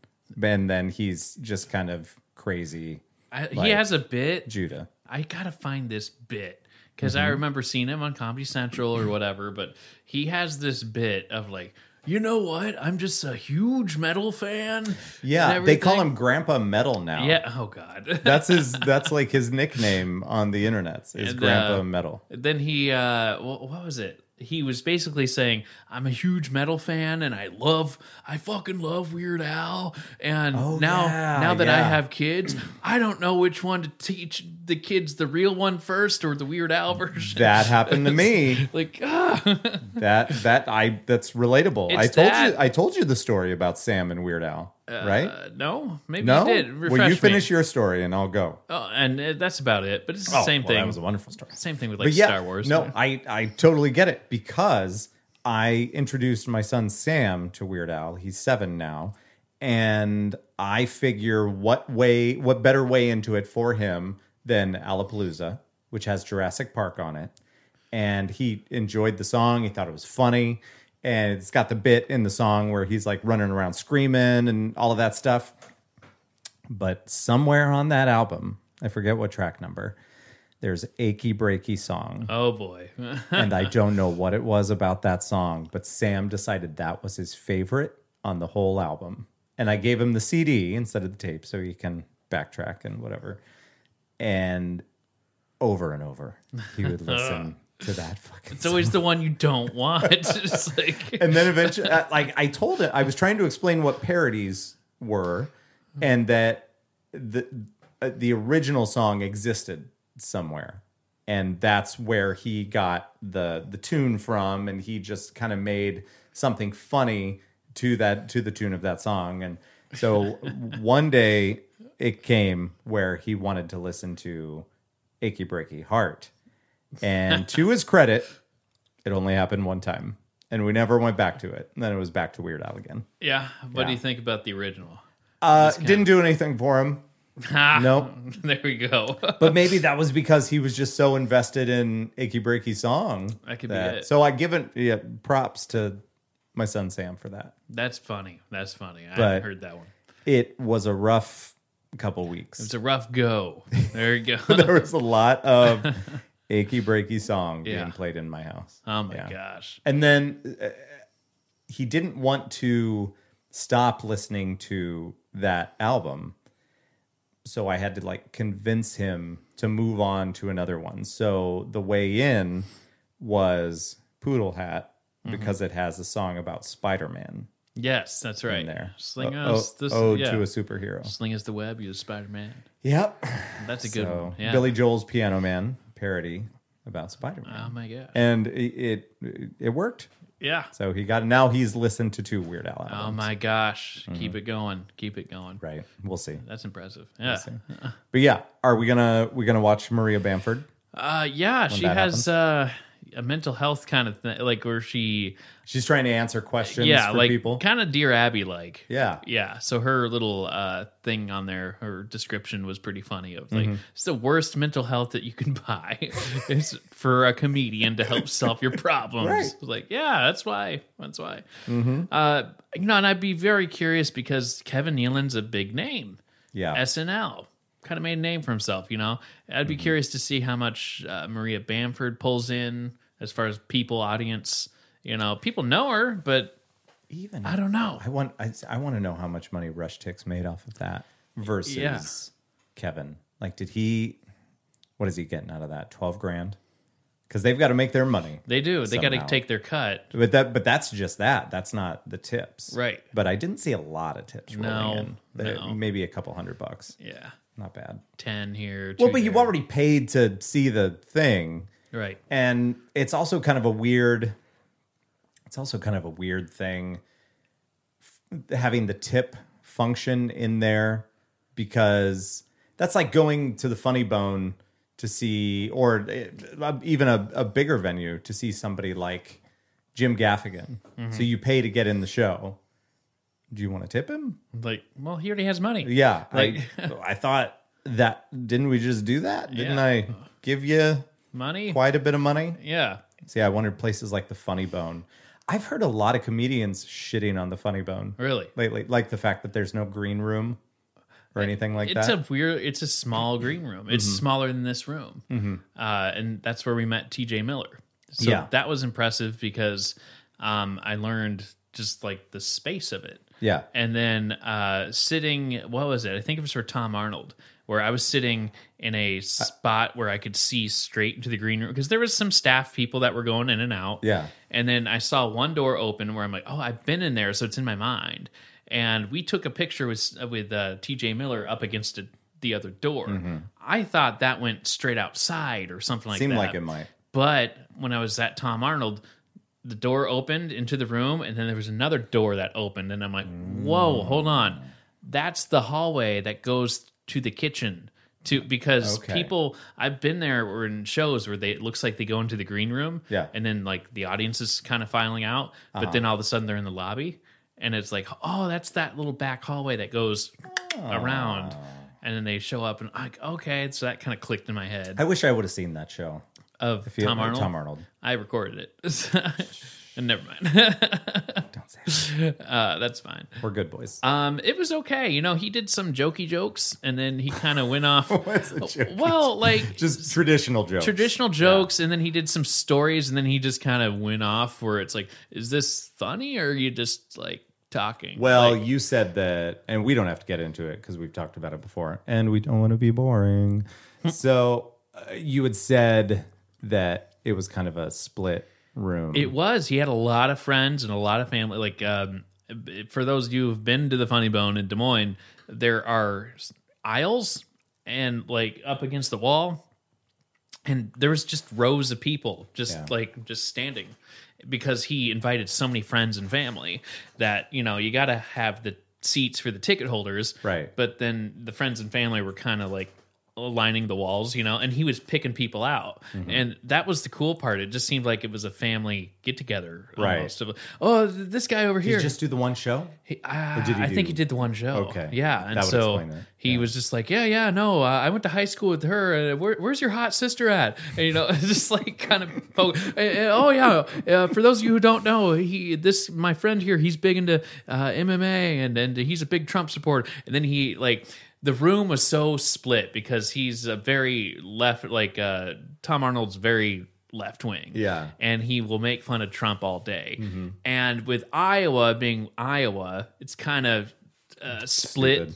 Speaker 1: And then he's just kind of crazy
Speaker 2: I, he
Speaker 1: Like-
Speaker 2: has a bit.
Speaker 1: Judah.
Speaker 2: I gotta find this bit because
Speaker 1: Mm-hmm.
Speaker 2: I remember seeing him on Comedy Central or whatever. But he has this bit of like, you know what? I'm just a huge metal fan.
Speaker 1: Yeah,
Speaker 2: and
Speaker 1: they call him
Speaker 2: everything."
Speaker 1: Grandpa Metal now.
Speaker 2: Yeah. Oh God.
Speaker 1: that's his. That's like his nickname on the internet is
Speaker 2: And,
Speaker 1: Grandpa
Speaker 2: uh,
Speaker 1: Metal.
Speaker 2: then he, uh, wh- what was it? He was basically saying, "I'm a huge metal fan, and I love, I fucking love Weird Al. And now,
Speaker 1: Oh, yeah,
Speaker 2: now that I
Speaker 1: yeah.
Speaker 2: have kids, I don't know which one to teach the kids the real one first or the Weird Al version.
Speaker 1: That happened to me.
Speaker 2: like, ah.
Speaker 1: That that I that's relatable. I
Speaker 2: It's
Speaker 1: told
Speaker 2: that-
Speaker 1: you. I told you the story about Sam and Weird Al. right?
Speaker 2: Uh, no, maybe
Speaker 1: No.
Speaker 2: you did.
Speaker 1: Will
Speaker 2: Refresh
Speaker 1: you
Speaker 2: me.
Speaker 1: finish your story and I'll go?
Speaker 2: Oh, and uh, that's about it. But it's the
Speaker 1: Oh,
Speaker 2: same
Speaker 1: well,
Speaker 2: thing.
Speaker 1: That was a wonderful story.
Speaker 2: same thing with
Speaker 1: But
Speaker 2: like
Speaker 1: yeah,
Speaker 2: Star Wars.
Speaker 1: No, I I totally get it because I introduced my son Sam to Weird Al. He's seven now, and I figure what way, what better way into it for him than Alapalooza, which has Jurassic Park on it. And he enjoyed the song. He thought it was funny. And it's got the bit in the song where he's like running around screaming and all of that stuff. But somewhere on that album, I forget what track number, there's achy breaky song
Speaker 2: Oh boy.
Speaker 1: and I don't know what it was about that song, but Sam decided that was his favorite on the whole album. And I gave him the CD instead of the tape so he can backtrack and whatever. And over and over, he would listen to that fucking
Speaker 2: it's always the one you don't want. It's just like
Speaker 1: and then eventually, uh, like I told it, I was trying to explain what parodies were, and that the uh, the original song existed somewhere, and that's where he got the the tune from, and he just kind of made something funny to that to the tune of that song, and so one day it came where he wanted to listen to "Achy Breaky Heart," and to his credit. It only happened one time, and we never went back to it. And then it was back to Weird Al again.
Speaker 2: yeah. What do you think about the original?
Speaker 1: Uh, didn't do anything for him. No,
Speaker 2: there we go.
Speaker 1: but maybe
Speaker 2: Uh,
Speaker 1: that was because he was just so invested in Icky Breaky song.
Speaker 2: That could be it.
Speaker 1: So I give it yeah, props to my son Sam for that.
Speaker 2: That's funny. That's funny. I
Speaker 1: But-
Speaker 2: haven't heard that one.
Speaker 1: It was a rough couple
Speaker 2: It's
Speaker 1: weeks.
Speaker 2: a rough go. There you go.
Speaker 1: there was a lot of Icky Breaky song
Speaker 2: Yeah.
Speaker 1: being played in my house.
Speaker 2: oh my
Speaker 1: Yeah.
Speaker 2: gosh.
Speaker 1: And then uh, he didn't want to stop listening to that album. So I had to like convince him to move on to another one. So the way in was Poodle Hat
Speaker 2: Mm-hmm.
Speaker 1: because it has a song about Spider Man
Speaker 2: Yes, that's right.
Speaker 1: in there.
Speaker 2: Sling
Speaker 1: Oh,
Speaker 2: us
Speaker 1: oh,
Speaker 2: this.
Speaker 1: ode
Speaker 2: yeah.
Speaker 1: to a superhero.
Speaker 2: Sling us the web. You Spider Man.
Speaker 1: Yep.
Speaker 2: That's a good
Speaker 1: So
Speaker 2: one. Yeah.
Speaker 1: Billy Joel's Piano Man parody about Spider Man.
Speaker 2: Oh my god.
Speaker 1: and it, it it worked.
Speaker 2: Yeah.
Speaker 1: So he got now he's listened to two Weird Al albums.
Speaker 2: Oh my gosh. Keep it going. Keep it going.
Speaker 1: Mm-hmm. Right. We'll see.
Speaker 2: That's impressive. Yeah.
Speaker 1: But yeah, are we gonna we gonna watch Maria Bamford?
Speaker 2: Uh, yeah. She
Speaker 1: that
Speaker 2: has uh, a mental health kind of thing, like where she,
Speaker 1: She's trying to answer questions
Speaker 2: yeah,
Speaker 1: for
Speaker 2: like
Speaker 1: people.
Speaker 2: kind of Dear Abby like.
Speaker 1: yeah.
Speaker 2: Yeah, so her little uh, thing on there, her description was pretty funny. Of
Speaker 1: Mm-hmm.
Speaker 2: like, it's the worst mental health that you can buy. it's for a comedian to help solve your problems.
Speaker 1: Right. Mm-hmm.
Speaker 2: Like, yeah, that's why. That's why. Uh, you know, and I'd be very curious because Kevin Nealon's a big name.
Speaker 1: Yeah.
Speaker 2: SNL kind of made a name for himself. You know, I'd
Speaker 1: Mm-hmm.
Speaker 2: be curious to see how much uh, Maria Bamford pulls in as far as people, audience. You know, people know her, but
Speaker 1: Even
Speaker 2: I don't know.
Speaker 1: I want I, I want to know how much money Rush Ticks made off of that versus
Speaker 2: Yeah.
Speaker 1: Kevin. Like did he what is he getting out of that? Twelve grand? Because they've got to make their money.
Speaker 2: They do. They got to
Speaker 1: Somehow.
Speaker 2: take their cut.
Speaker 1: But that but that's just that. That's not the tips.
Speaker 2: Right.
Speaker 1: But I didn't see a lot of tips rolling
Speaker 2: No,
Speaker 1: in. They-
Speaker 2: no.
Speaker 1: Maybe a couple hundred bucks.
Speaker 2: Yeah.
Speaker 1: Not bad.
Speaker 2: 10 here.
Speaker 1: Well,
Speaker 2: two
Speaker 1: but you've
Speaker 2: there.
Speaker 1: already paid to see the thing.
Speaker 2: Right.
Speaker 1: and it's also kind of a weird it's also kind of a weird thing f- having the tip function in there because that's like going to the funny bone to see or uh, even a, a bigger venue to see somebody like jim gaffigan so you pay to get in the show do you want to tip him
Speaker 2: Like, well, he already has money.
Speaker 1: yeah I, I thought that didn't we just do that didn't
Speaker 2: Yeah.
Speaker 1: i give you
Speaker 2: Money?
Speaker 1: quite a bit of money
Speaker 2: Yeah.
Speaker 1: See, I wondered places like the Funny Bone. I've heard a lot of comedians shitting on the Funny Bone
Speaker 2: Really?
Speaker 1: lately, like the fact that there's no green room or anything like
Speaker 2: It's
Speaker 1: that. Mm-hmm.
Speaker 2: a weird, it's a small green room. It's smaller than this room. Uh, and that's where we met TJ Miller. So
Speaker 1: Yeah.
Speaker 2: that was impressive because um, I learned just like the space of it.
Speaker 1: yeah,
Speaker 2: and then uh, sitting what was it i think it was for tom arnold where i was sitting in a spot where i could see straight into the green room because there was some staff people that were going in and out
Speaker 1: Yeah.
Speaker 2: and then i saw one door open where i'm like oh i've been in there so it's in my mind and we took a picture with with uh, tj miller up against a, the other door i thought that went straight outside or something like
Speaker 1: Mm-hmm. seemed
Speaker 2: that
Speaker 1: like it might.
Speaker 2: but when I was at Tom Arnold, the door opened into the room, and then there was another door that opened, and I'm like, "Whoa, hold on, that's the hallway that goes to the kitchen." To because
Speaker 1: Okay.
Speaker 2: people, I've been there or in shows where they it looks like they go into the green room,
Speaker 1: Yeah. Uh-huh.
Speaker 2: and then like the audience is kind of filing out, but then all of a sudden they're in the lobby. and it's like, oh, that's that little back hallway that goes around, and then they show up, and like, okay, so that kind of clicked in my head
Speaker 1: I wish I would have seen that show.
Speaker 2: of
Speaker 1: you-
Speaker 2: Tom Arnold.
Speaker 1: Tom Arnold.
Speaker 2: I recorded it, and never mind.
Speaker 1: Don't say that.
Speaker 2: uh, that's fine.
Speaker 1: We're good boys.
Speaker 2: Um, it was okay. You know, he did some jokey jokes, and then he kind of went off.
Speaker 1: What's a joke?
Speaker 2: well, like
Speaker 1: Just traditional jokes.
Speaker 2: traditional jokes and then he did some stories and then he just kind of went off where it's like is this funny or are you just like talking
Speaker 1: Well,
Speaker 2: Like,
Speaker 1: you said that, and we don't have to get into it because we've talked about it before, and we don't want to be boring.
Speaker 2: Hmm.
Speaker 1: so uh, you had said that it was kind of a split room.
Speaker 2: it was he had a lot of friends and a lot of family like um for those of you who've been to the funny bone in des moines there are aisles and like up against the wall and there was just rows of people just
Speaker 1: Yeah.
Speaker 2: like just standing because he invited so many friends and family that you know you got to have the seats for the ticket holders
Speaker 1: Right.
Speaker 2: but then the friends and family were kind of like lining the walls you know and he was picking people out
Speaker 1: Mm-hmm.
Speaker 2: and that was the cool part it just seemed like it was a family get together
Speaker 1: Right.
Speaker 2: almost of oh th- this guy over
Speaker 1: Did
Speaker 2: here
Speaker 1: you just do the one show?
Speaker 2: he- ah,
Speaker 1: did he
Speaker 2: I
Speaker 1: do-
Speaker 2: think he did the one show.
Speaker 1: Okay.
Speaker 2: Yeah. And
Speaker 1: That would
Speaker 2: so
Speaker 1: explain it.
Speaker 2: he was just like, yeah, yeah, no, uh, I went to high school with her. Uh, where, where's your hot sister at? And, you know, it's just like kind of, po- uh, uh, oh, yeah. Uh, for those of you who don't know, he, this, my friend here, he's big into uh, MMA and, and he's a big Trump supporter. And then he, like, the room was so split because he's a very left, like, uh, Tom Arnold's very left wing
Speaker 1: Yeah.
Speaker 2: and he will make fun of Trump all day. And with Iowa being Iowa, it's kind of uh, split.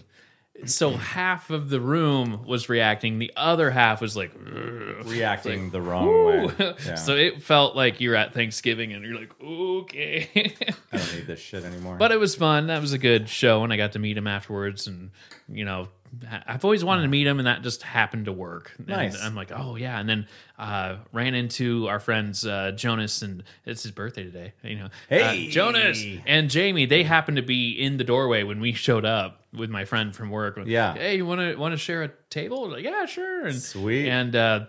Speaker 2: So half of the room was reacting, the other half was like, "Ugh."
Speaker 1: Reacting the wrong way. Yeah,
Speaker 2: so it felt like you're at Thanksgiving and you're like, okay.
Speaker 1: I don't need this shit anymore.
Speaker 2: but it was fun. That was a good show, and I got to meet him afterwards. And you know, I- I've always wanted to meet him, and that just happened to work. And
Speaker 1: Nice.
Speaker 2: I'm like, oh yeah. And then uh, ran into our friends uh, Jonas, and it's his birthday today. You know,
Speaker 1: Hey!
Speaker 2: Uh, Jonas and Jamie. They happened to be in the doorway when we showed up with my friend from work.
Speaker 1: Yeah.
Speaker 2: Hey, you want to want to share a table? Like, yeah, sure. And
Speaker 1: Sweet.
Speaker 2: And uh,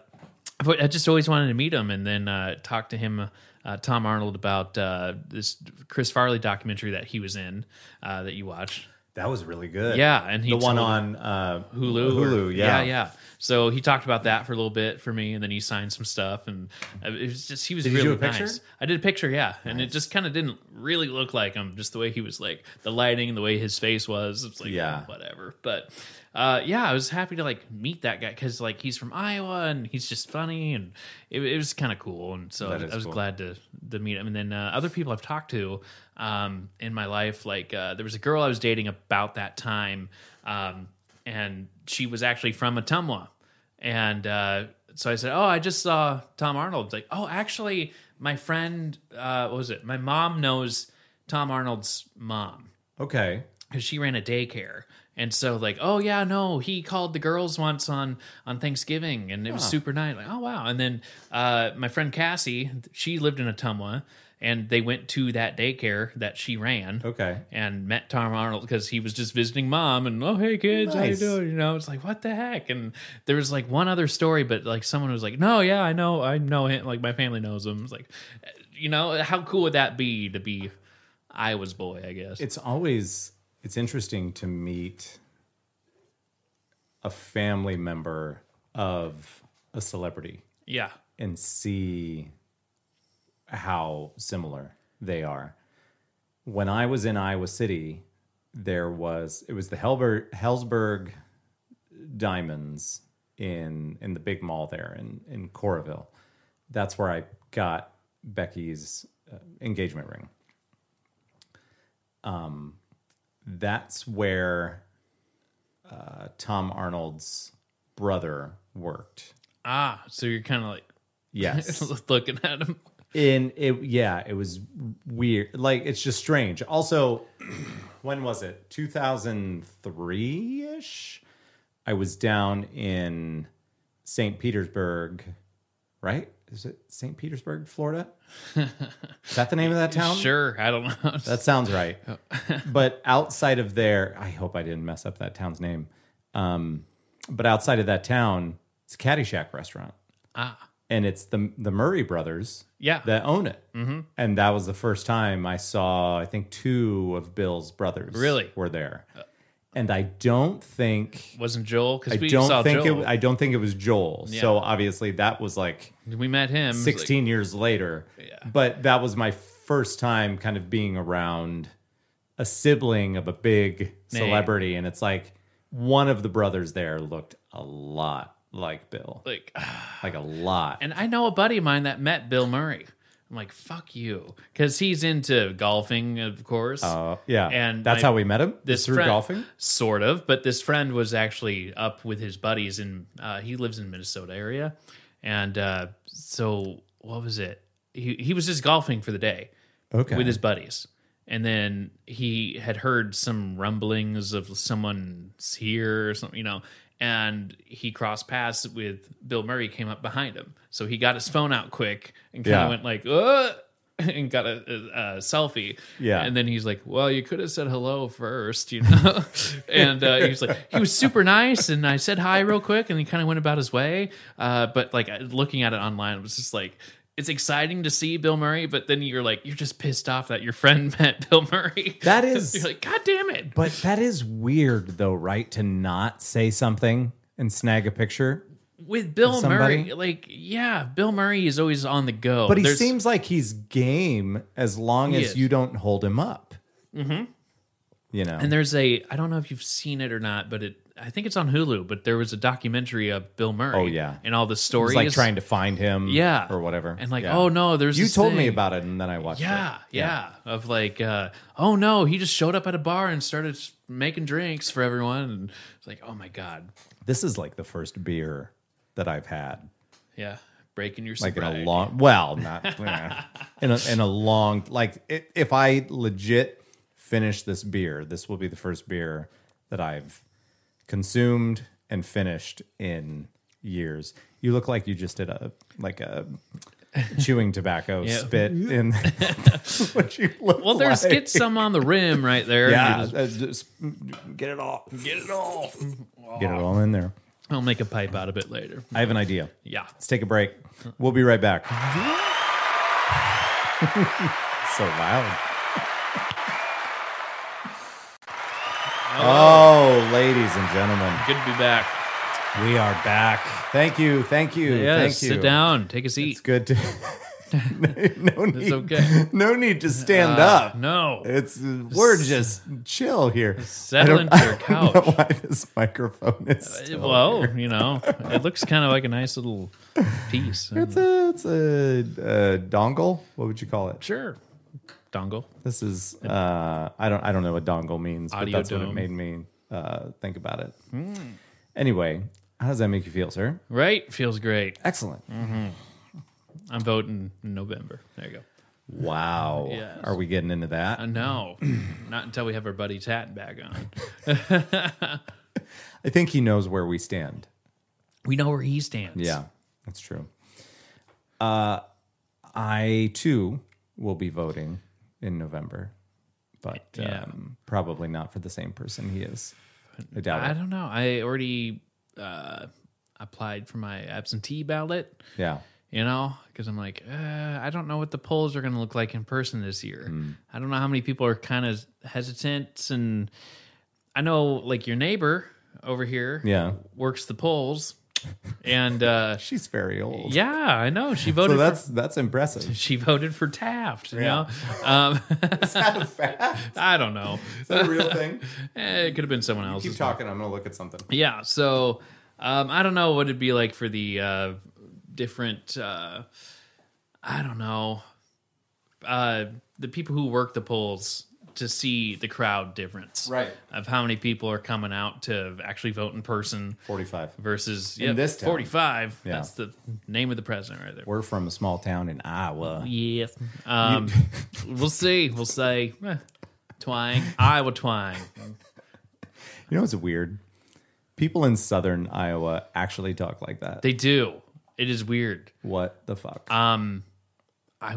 Speaker 2: but I just always wanted to meet him and then uh, talk to him, uh, Tom Arnold, about uh, this Chris Farley documentary that he was in uh, that you watched.
Speaker 1: that was really good.
Speaker 2: Yeah, and he
Speaker 1: the one
Speaker 2: told-
Speaker 1: on uh,
Speaker 2: Hulu. or-
Speaker 1: Hulu, yeah.
Speaker 2: yeah, So he talked about that for a little bit for me, and then he signed some stuff, and uh, it was just he was
Speaker 1: you
Speaker 2: really
Speaker 1: do a picture?
Speaker 2: nice. I did a picture, yeah, and it just kind of didn't really look like him, just the way he was like the lighting, the way his face was. It's like
Speaker 1: Yeah.
Speaker 2: whatever. But uh, yeah, I was happy to like meet that guy because like he's from Iowa and he's just funny, and it, it was kind of cool, and so I
Speaker 1: That
Speaker 2: was,
Speaker 1: is
Speaker 2: I was
Speaker 1: cool.
Speaker 2: glad to to meet him. And then uh, other people I've talked to um, in my life, like uh, there was a girl I was dating about that time, um, and she was actually from Atumwa, and uh, so I said, "Oh, I just saw Tom Arnold." It's like, "Oh, actually, my friend, uh, what was it? My mom knows Tom Arnold's mom."
Speaker 1: Okay.
Speaker 2: because she ran a daycare and so like oh yeah no he called the girls once on on thanksgiving and it was super nice like oh wow and then uh my friend cassie she lived in atumwa and they went to that daycare that she ran
Speaker 1: Okay.
Speaker 2: and met Tom Arnold because he was just visiting mom and oh hey kids how you
Speaker 1: Nice.
Speaker 2: doing you know it's like what the heck and there was like one other story but like someone was like no yeah I know I know him like my family knows him it's like you know how cool would that be to be Iowa's boy I guess
Speaker 1: it's always it's interesting to meet a family member of a celebrity
Speaker 2: yeah
Speaker 1: and see how similar they are. When I was in Iowa City, there was it was the Helber, Hellsberg Diamonds in in the big mall there in in Coraville. That's where I got Becky's uh, engagement ring. Um, that's where uh, Tom Arnold's brother worked.
Speaker 2: Ah, so you're kind of like
Speaker 1: Yes,
Speaker 2: looking at him.
Speaker 1: in it yeah it was weird like it's just strange also when was it 2003ish i was down in st petersburg right is it st petersburg florida is that the name of that town
Speaker 2: Sure, I don't know.
Speaker 1: that sounds right.
Speaker 2: Oh.
Speaker 1: but outside of there, I hope I didn't mess up that town's name. Um, but outside of that town, it's a Caddyshack restaurant.
Speaker 2: Ah.
Speaker 1: and it's the the Murray brothers
Speaker 2: Yeah.
Speaker 1: that own it. Mm-hmm. And that was the first time I saw, I think, two of Bill's brothers
Speaker 2: Really? Uh.
Speaker 1: were there. And I don't think
Speaker 2: Wasn't Joel?
Speaker 1: I
Speaker 2: Because we saw
Speaker 1: don't think
Speaker 2: Joel.
Speaker 1: it I don't think it was Joel. So obviously that was like
Speaker 2: we met him. It was like-
Speaker 1: 16 years later. But that was my first time kind of being around a sibling of a big celebrity. And it's like one of the brothers there looked a lot like Bill,
Speaker 2: like,
Speaker 1: like a lot.
Speaker 2: and I know a buddy of mine that met Bill Murray. I'm like, fuck you, because he's into golfing, of course.
Speaker 1: Uh, yeah.
Speaker 2: and
Speaker 1: that's
Speaker 2: my-
Speaker 1: how we met him?
Speaker 2: this
Speaker 1: through
Speaker 2: friend,
Speaker 1: golfing?
Speaker 2: sort of but this friend was actually up with his buddies and uh, he lives in minnesota area and uh, so what was it he, he was just golfing for the day
Speaker 1: Okay.
Speaker 2: with his buddies and then he had heard some rumblings of someone's here or something you know and he crossed paths with bill murray came up behind him so he got his phone out quick and kind of
Speaker 1: Yeah.
Speaker 2: went like Ugh! and got a, a, a selfie
Speaker 1: Yeah.
Speaker 2: and then he's like, "Well, you could have said hello first, you know." and uh, he was like, he was super nice, and I said hi real quick, and he kind of went about his way. Uh, but like I- looking at it online, it was just like it's exciting to see Bill Murray, but then you're like, you're just pissed off that your friend met Bill Murray.
Speaker 1: That is-
Speaker 2: you're like, God damn it!
Speaker 1: But that is weird, though, right? To not say something and snag a picture.
Speaker 2: With Bill
Speaker 1: somebody-
Speaker 2: Murray, like, yeah, Bill Murray is always on the go.
Speaker 1: But he
Speaker 2: There's-
Speaker 1: seems like he's game as long
Speaker 2: He
Speaker 1: as
Speaker 2: is.
Speaker 1: you don't hold him up. Mm-hmm. You know,
Speaker 2: And there's a I don't know if you've seen it or not, but it I think it's on Hulu, but there was a documentary of Bill Murray.
Speaker 1: Oh, yeah.
Speaker 2: And all the
Speaker 1: It's
Speaker 2: stories
Speaker 1: like trying to find him,
Speaker 2: Yeah.
Speaker 1: or whatever.
Speaker 2: And like,
Speaker 1: Yeah.
Speaker 2: oh no, there's
Speaker 1: you
Speaker 2: this
Speaker 1: told me
Speaker 2: thing.
Speaker 1: about it, and then I watched
Speaker 2: Yeah,
Speaker 1: it.
Speaker 2: yeah, Of like, uh, oh no, he just showed up at a bar and started making drinks for everyone. And it's like, oh my god,
Speaker 1: This is like the first beer that I've had,
Speaker 2: yeah, breaking your
Speaker 1: like
Speaker 2: sobriety.
Speaker 1: in a long, well, not in a, in a long, like i if I legit finish this beer, this will be the first beer that I've consumed and finished in years. You look like you just did a like a chewing tobacco spit in That's what you look
Speaker 2: Well, there's
Speaker 1: like.
Speaker 2: get some on the rim right there.
Speaker 1: Yeah,
Speaker 2: You just-
Speaker 1: uh, just get it all. Get it all. Get it all in there.
Speaker 2: I'll make a pipe out of it later.
Speaker 1: I have an idea.
Speaker 2: Yeah,
Speaker 1: Let's take a break. We'll be right back. so loud. Oh, ladies and gentlemen,
Speaker 2: good to be back.
Speaker 1: we are back. Thank you, thank you,
Speaker 2: Yeah,
Speaker 1: thank you.
Speaker 2: sit down, take a seat.
Speaker 1: It's good to. no need.
Speaker 2: okay.
Speaker 1: No need to stand
Speaker 2: Uh,
Speaker 1: up.
Speaker 2: no,
Speaker 1: It's we're just chill here.
Speaker 2: settle
Speaker 1: I don't-
Speaker 2: into your
Speaker 1: I don't know
Speaker 2: couch. Uh,
Speaker 1: why this microphone is. still-
Speaker 2: Well, you know, it looks kind of like a nice little piece.
Speaker 1: It's a it's a, uh dongle. What would you call it?
Speaker 2: sure, dongle.
Speaker 1: This is uh, I don't I don't know what dongle means, but
Speaker 2: Audio
Speaker 1: that's what it
Speaker 2: dome. Hmm.
Speaker 1: made me uh, think about it. Anyway, how does that make you feel, sir?
Speaker 2: Right, feels great.
Speaker 1: Excellent.
Speaker 2: Mm. I'm voting in November. There you go.
Speaker 1: Wow.
Speaker 2: Yes.
Speaker 1: Are we getting into that?
Speaker 2: Uh, no, not until we have our buddy Tat back on.
Speaker 1: I think he knows where we stand.
Speaker 2: We know where he stands.
Speaker 1: Yeah, that's true. Uh, I too will be voting in November, but
Speaker 2: Yeah.
Speaker 1: um, probably not for the same person he is. I doubt
Speaker 2: I
Speaker 1: it.
Speaker 2: don't know. I already uh, applied for my absentee ballot,
Speaker 1: Yeah.
Speaker 2: you know, because I'm like, uh, I don't know what the polls are going to look like in person this year.
Speaker 1: Hmm.
Speaker 2: I don't know how many people are kind of hesitant. And I know, like, your neighbor over here
Speaker 1: Yeah.
Speaker 2: works the polls. And uh,
Speaker 1: She's very old.
Speaker 2: yeah, I know. She
Speaker 1: So
Speaker 2: voted for-
Speaker 1: that's that's impressive.
Speaker 2: she voted for Taft, you
Speaker 1: Yeah.
Speaker 2: know? Um,
Speaker 1: Is that a fact?
Speaker 2: I don't know.
Speaker 1: Is that a real thing?
Speaker 2: Eh, it could have been someone else.
Speaker 1: Keep talking. I'm gonna look at something.
Speaker 2: Yeah. So um, I don't know what it'd be like for the uh, different. Uh, I don't know. Uh, the people who work the polls to see the crowd difference,
Speaker 1: Right.
Speaker 2: Of how many people are coming out to actually vote in person
Speaker 1: 45.
Speaker 2: versus yep,
Speaker 1: this town.
Speaker 2: forty-five.
Speaker 1: Yeah.
Speaker 2: That's the name of the president right there.
Speaker 1: We're from a small town in Iowa.
Speaker 2: Yes. Um, we'll see. We'll say eh, twang, Iowa twang.
Speaker 1: You know what's weird? People in southern Iowa actually talk like that.
Speaker 2: They do. It is weird.
Speaker 1: what the fuck?
Speaker 2: I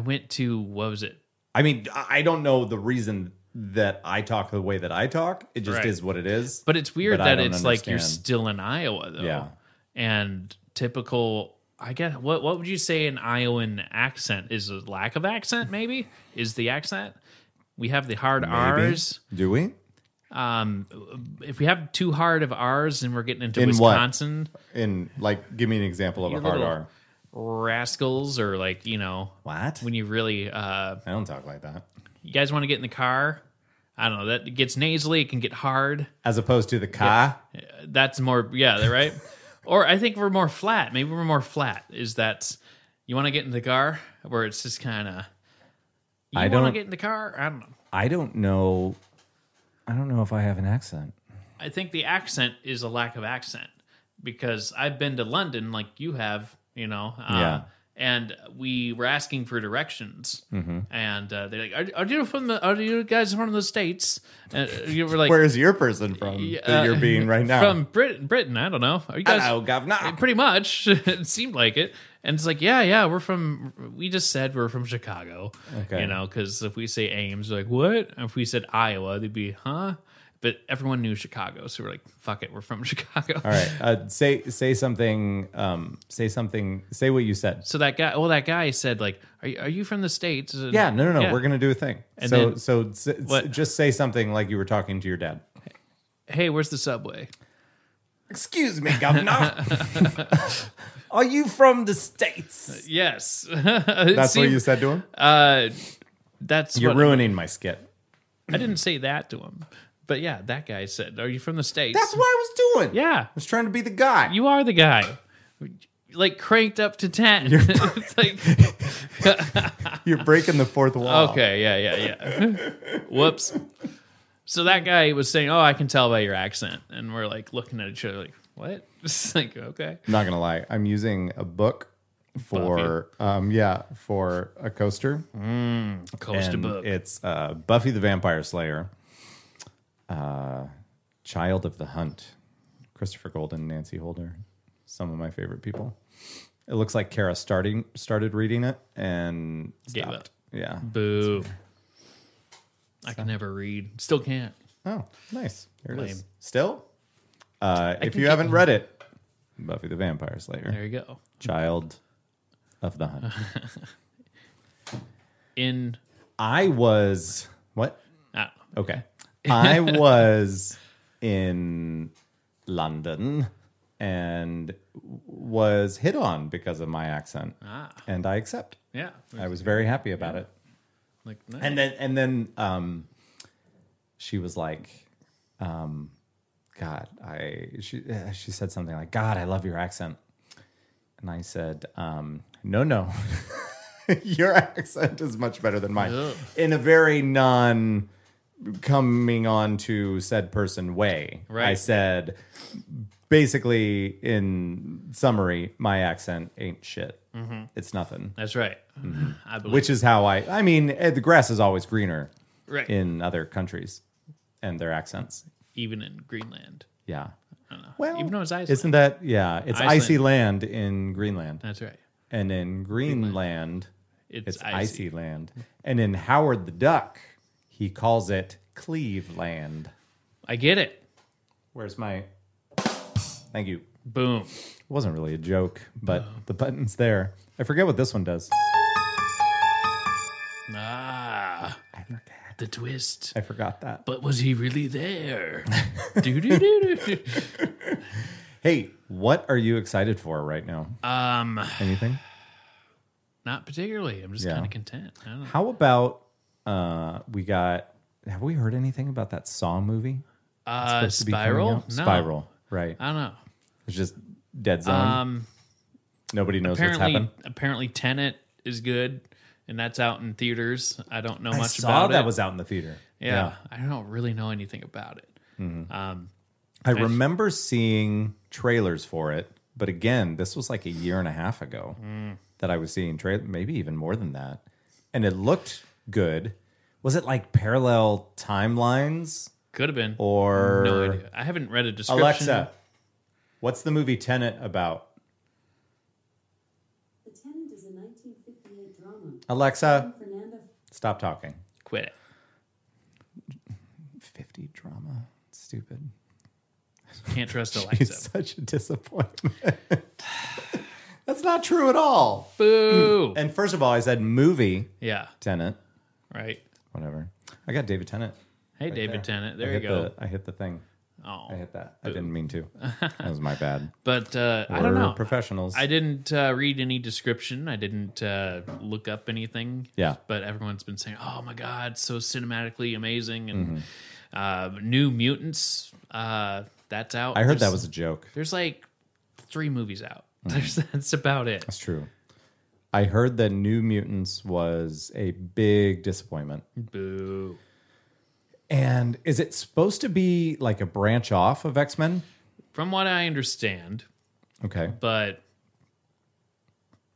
Speaker 2: went to what was it?
Speaker 1: I mean, I I don't know the reason that I talk the way that I talk. It just
Speaker 2: Right.
Speaker 1: is what it is.
Speaker 2: But it's weird
Speaker 1: But I
Speaker 2: that
Speaker 1: don't
Speaker 2: it's like you're
Speaker 1: understand.
Speaker 2: still in Iowa though.
Speaker 1: Yeah.
Speaker 2: And typical I guess what what would you say an Iowan accent is? A lack of accent, maybe is the accent. We have the hard R's.
Speaker 1: Do we?
Speaker 2: Um, if we have too hard of R's and we're getting into
Speaker 1: In what?
Speaker 2: Wisconsin
Speaker 1: And like, give me an example of a
Speaker 2: Your
Speaker 1: hard
Speaker 2: little-
Speaker 1: R.
Speaker 2: rascals or like you know
Speaker 1: What?
Speaker 2: when you really uh,
Speaker 1: I don't talk like that.
Speaker 2: you guys want to get in the car. I don't know that gets nasally. It can get hard.
Speaker 1: As opposed to the ka.
Speaker 2: That's more, yeah, they're right. or I think we're more flat. Maybe we're more flat. Is that you want to get in the car where it's just kind of you
Speaker 1: I
Speaker 2: want to
Speaker 1: don't-
Speaker 2: get in the car? I don't know.
Speaker 1: I don't know. I don't know if I have an accent.
Speaker 2: I think the accent is a lack of accent because I've been to London like you have, you know. Uh,
Speaker 1: Yeah.
Speaker 2: And we were asking for directions,
Speaker 1: Mm-hmm.
Speaker 2: and uh, they're like, are, "Are you from the? Are you guys from the states?" And uh, you were like,
Speaker 1: Where is your person from that
Speaker 2: uh,
Speaker 1: you're being right now?
Speaker 2: From Britain, Britain. I don't know. Are you guys?
Speaker 1: Hello, governor.
Speaker 2: Pretty much. it seemed like it. And it's like, yeah, yeah, we're from. We just said we're from Chicago.
Speaker 1: Okay.
Speaker 2: You know, because if we say Ames, they're like what? And if we said Iowa, they'd be huh. But everyone knew Chicago, so we're like, fuck it, we're from Chicago.
Speaker 1: All right. Uh, say say something. Um, say something. Say what you said.
Speaker 2: So that guy, well, that guy said like, are you, are you from the states? And-
Speaker 1: Yeah. No. No. No.
Speaker 2: yeah.
Speaker 1: We're gonna do a thing.
Speaker 2: And
Speaker 1: so
Speaker 2: then-
Speaker 1: so s- s-
Speaker 2: What?
Speaker 1: just say something like you were talking to your dad.
Speaker 2: Hey, where's the subway?
Speaker 1: Excuse me, governor. Are you from the states?
Speaker 2: Yes.
Speaker 1: That's what you said to him.
Speaker 2: Uh, that's
Speaker 1: You're
Speaker 2: what,
Speaker 1: ruining my skit.
Speaker 2: I didn't say that to him. But yeah, that guy said, Are you from the States?
Speaker 1: That's what I was doing.
Speaker 2: yeah,
Speaker 1: I was trying to be the guy.
Speaker 2: you are the guy. Like cranked up to 10. it's like,
Speaker 1: You're breaking the fourth wall.
Speaker 2: okay, yeah, yeah, yeah. Whoops. So that guy was saying, Oh, I can tell by your accent. And we're like looking at each other, like, What? It's like, okay.
Speaker 1: I'm not gonna lie. I'm using a book for um yeah for a coaster.
Speaker 2: Coast a
Speaker 1: and
Speaker 2: book.
Speaker 1: It's uh, Buffy the Vampire Slayer, uh, Child of the Hunt, Christopher Golden, Nancy Holder, some of my favorite people. It looks like Kara starting started reading it and
Speaker 2: Gave
Speaker 1: stopped.
Speaker 2: up.
Speaker 1: Yeah.
Speaker 2: Boo. I can never read. Still can't.
Speaker 1: Oh, nice. Here it is.
Speaker 2: Lame.
Speaker 1: Still, uh, if you haven't read it, Buffy the Vampire Slayer,
Speaker 2: There you go.
Speaker 1: Child of the Hunt.
Speaker 2: In, ah,
Speaker 1: I was what?
Speaker 2: I don't know.
Speaker 1: Okay. I was in London and was hit on because of my accent.
Speaker 2: Ah.
Speaker 1: And I accept.
Speaker 2: Yeah.
Speaker 1: I was very happy about it.
Speaker 2: Like, nice.
Speaker 1: And then and then um she was like um god, I she uh, she said something like god, I love your accent. And I said, um no, no. your accent is much better than mine.
Speaker 2: Ugh.
Speaker 1: In a very non coming on to said person way. I
Speaker 2: Right.
Speaker 1: said basically in summary, my accent ain't shit.
Speaker 2: Mm-hmm.
Speaker 1: It's nothing
Speaker 2: That's right. I believe.
Speaker 1: Mm-hmm. which is how I. I mean, eh, the grass is always greener
Speaker 2: right.
Speaker 1: in other countries and their accents.
Speaker 2: even in Greenland.
Speaker 1: Yeah.
Speaker 2: know.
Speaker 1: Well,
Speaker 2: Even though it's Iceland.
Speaker 1: isn't that yeah? It's
Speaker 2: Iceland.
Speaker 1: icy land in Greenland,
Speaker 2: That's right.
Speaker 1: and in Greenland,
Speaker 2: It's,
Speaker 1: it's, icy. land, and in Howard the Duck, he calls it Cleveland.
Speaker 2: I get it.
Speaker 1: Where's my? Thank you. It
Speaker 2: Boom.
Speaker 1: wasn't really a joke, but the button's there. I forget what this one does.
Speaker 2: Ah, the twist.
Speaker 1: I forgot that.
Speaker 2: But was he really there? do, do, do, do.
Speaker 1: Hey, what are you excited for right now?
Speaker 2: Um,
Speaker 1: Anything?
Speaker 2: not particularly. I'm just
Speaker 1: Yeah.
Speaker 2: kind of content. I don't know.
Speaker 1: How about uh we got have we heard anything about that Saw movie?
Speaker 2: Uh,
Speaker 1: Supposed to be coming
Speaker 2: spiral.
Speaker 1: out?
Speaker 2: No.
Speaker 1: Spiral. Right.
Speaker 2: I don't know.
Speaker 1: It's just dead zone.
Speaker 2: Um,
Speaker 1: Nobody knows what's
Speaker 2: apparently,
Speaker 1: happened.
Speaker 2: apparently, Tenet is good, and that's out in theaters. I don't know
Speaker 1: I
Speaker 2: much
Speaker 1: saw
Speaker 2: about
Speaker 1: that
Speaker 2: it.
Speaker 1: was out in the theater.
Speaker 2: yeah, I don't really know anything about it.
Speaker 1: Mm-hmm.
Speaker 2: Um,
Speaker 1: I remember seeing trailers for it, but again, this was like a year and a half ago
Speaker 2: Mm.
Speaker 1: that I was seeing trailers, maybe even more than that. And it looked good. Was it like parallel timelines
Speaker 2: could have been
Speaker 1: or
Speaker 2: no idea. I haven't read a description.
Speaker 1: Alexa? What's the movie Tenet about?
Speaker 5: The Tenant is a 1958 drama.
Speaker 1: Alexa,
Speaker 5: Fernanda
Speaker 1: stop talking.
Speaker 2: quit it.
Speaker 1: 50 drama. Stupid.
Speaker 2: Can't trust
Speaker 1: She's
Speaker 2: Alexa.
Speaker 1: such a disappointment. That's That's not true at all.
Speaker 2: Boo.
Speaker 1: And first of all, I said movie
Speaker 2: yeah.
Speaker 1: tenant,
Speaker 2: Right.
Speaker 1: whatever. I got David Tennant.
Speaker 2: Hey, David Tennant. There
Speaker 1: I
Speaker 2: you
Speaker 1: hit
Speaker 2: go.
Speaker 1: The, I hit the thing. I
Speaker 2: oh.
Speaker 1: hit that. I didn't mean to. That was my bad.
Speaker 2: But uh, I don't
Speaker 1: We're
Speaker 2: know.
Speaker 1: Professionals.
Speaker 2: I didn't uh, read any description. I didn't uh, look up anything.
Speaker 1: Yeah.
Speaker 2: But everyone's been saying, "Oh my god, so cinematically amazing!" And uh, New Mutants. Uh, that's out.
Speaker 1: Mm-hmm. I heard
Speaker 2: There's-
Speaker 1: that was a Mm-hmm. joke.
Speaker 2: There's like three movies out. There's, that's about it.
Speaker 1: That's true. I heard that New Mutants was a big disappointment.
Speaker 2: Boo.
Speaker 1: And is it supposed to be like a branch off of X Men?
Speaker 2: From what I understand,
Speaker 1: Okay.
Speaker 2: but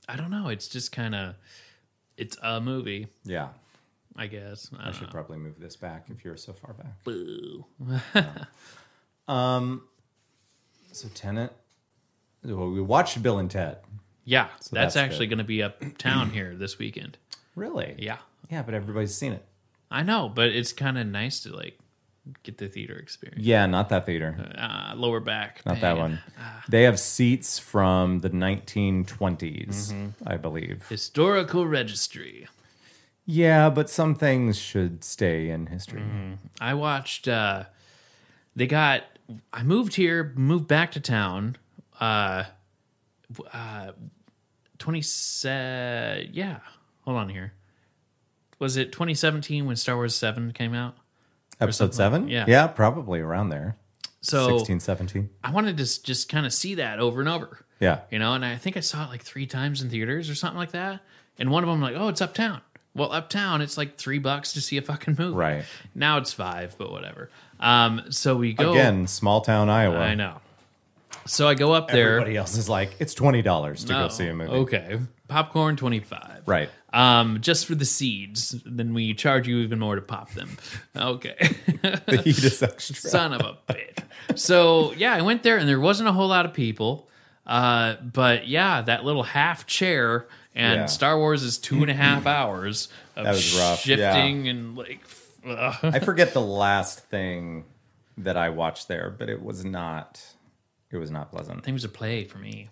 Speaker 2: I don't know. It's just kind of it's a movie,
Speaker 1: Yeah.
Speaker 2: I guess. I
Speaker 1: I
Speaker 2: don't
Speaker 1: should probably move this back if you're so far back.
Speaker 2: Boo.
Speaker 1: So Tenant. Well, we watched Bill and Ted.
Speaker 2: Yeah, that's,
Speaker 1: that's
Speaker 2: actually going to be uptown here this weekend.
Speaker 1: Really?
Speaker 2: Yeah,
Speaker 1: Yeah, but everybody's seen it.
Speaker 2: I know, but it's kind of nice to like get the theater experience.
Speaker 1: Yeah, not that theater.
Speaker 2: Uh, lower back,
Speaker 1: Not that
Speaker 2: pain.
Speaker 1: one. They have seats from the 1920s,
Speaker 2: Mm-hmm.
Speaker 1: I believe.
Speaker 2: Historical registry.
Speaker 1: Yeah, but some things should stay in history.
Speaker 2: I watched. uh They got. I moved here, moved back to town. Uh, w- uh twenty. Se- yeah, hold on here. Was it 2017 when Star Wars Seven came out?
Speaker 1: Episode seven?
Speaker 2: yeah.
Speaker 1: Yeah, probably around there.
Speaker 2: So
Speaker 1: Sixteen, seventeen.
Speaker 2: I wanted to s- just kind of see that over and over.
Speaker 1: Yeah.
Speaker 2: you know and i think i saw it like three times in theaters or something like that and one of them like oh it's uptown well uptown it's like three bucks to see a fucking movie
Speaker 1: Right.
Speaker 2: now it's five but whatever um so we go
Speaker 1: Again, small town Iowa.
Speaker 2: i know so i go up there
Speaker 1: Everybody else is like, it's twenty dollars to
Speaker 2: Oh,
Speaker 1: go see a movie.
Speaker 2: okay popcorn 25
Speaker 1: Right.
Speaker 2: um just for the seeds then we charge you even more to pop them okay
Speaker 1: The heat is extra.
Speaker 2: son of a bitch. So yeah, I went there and there wasn't a whole lot of people. Uh, but yeah, that little half chair and
Speaker 1: Yeah.
Speaker 2: Star Wars is two and a half hours of
Speaker 1: That was rough,
Speaker 2: shifting and like. ugh.
Speaker 1: I forget the last thing that I watched there, but it was not it was not pleasant.
Speaker 2: Things to play for me.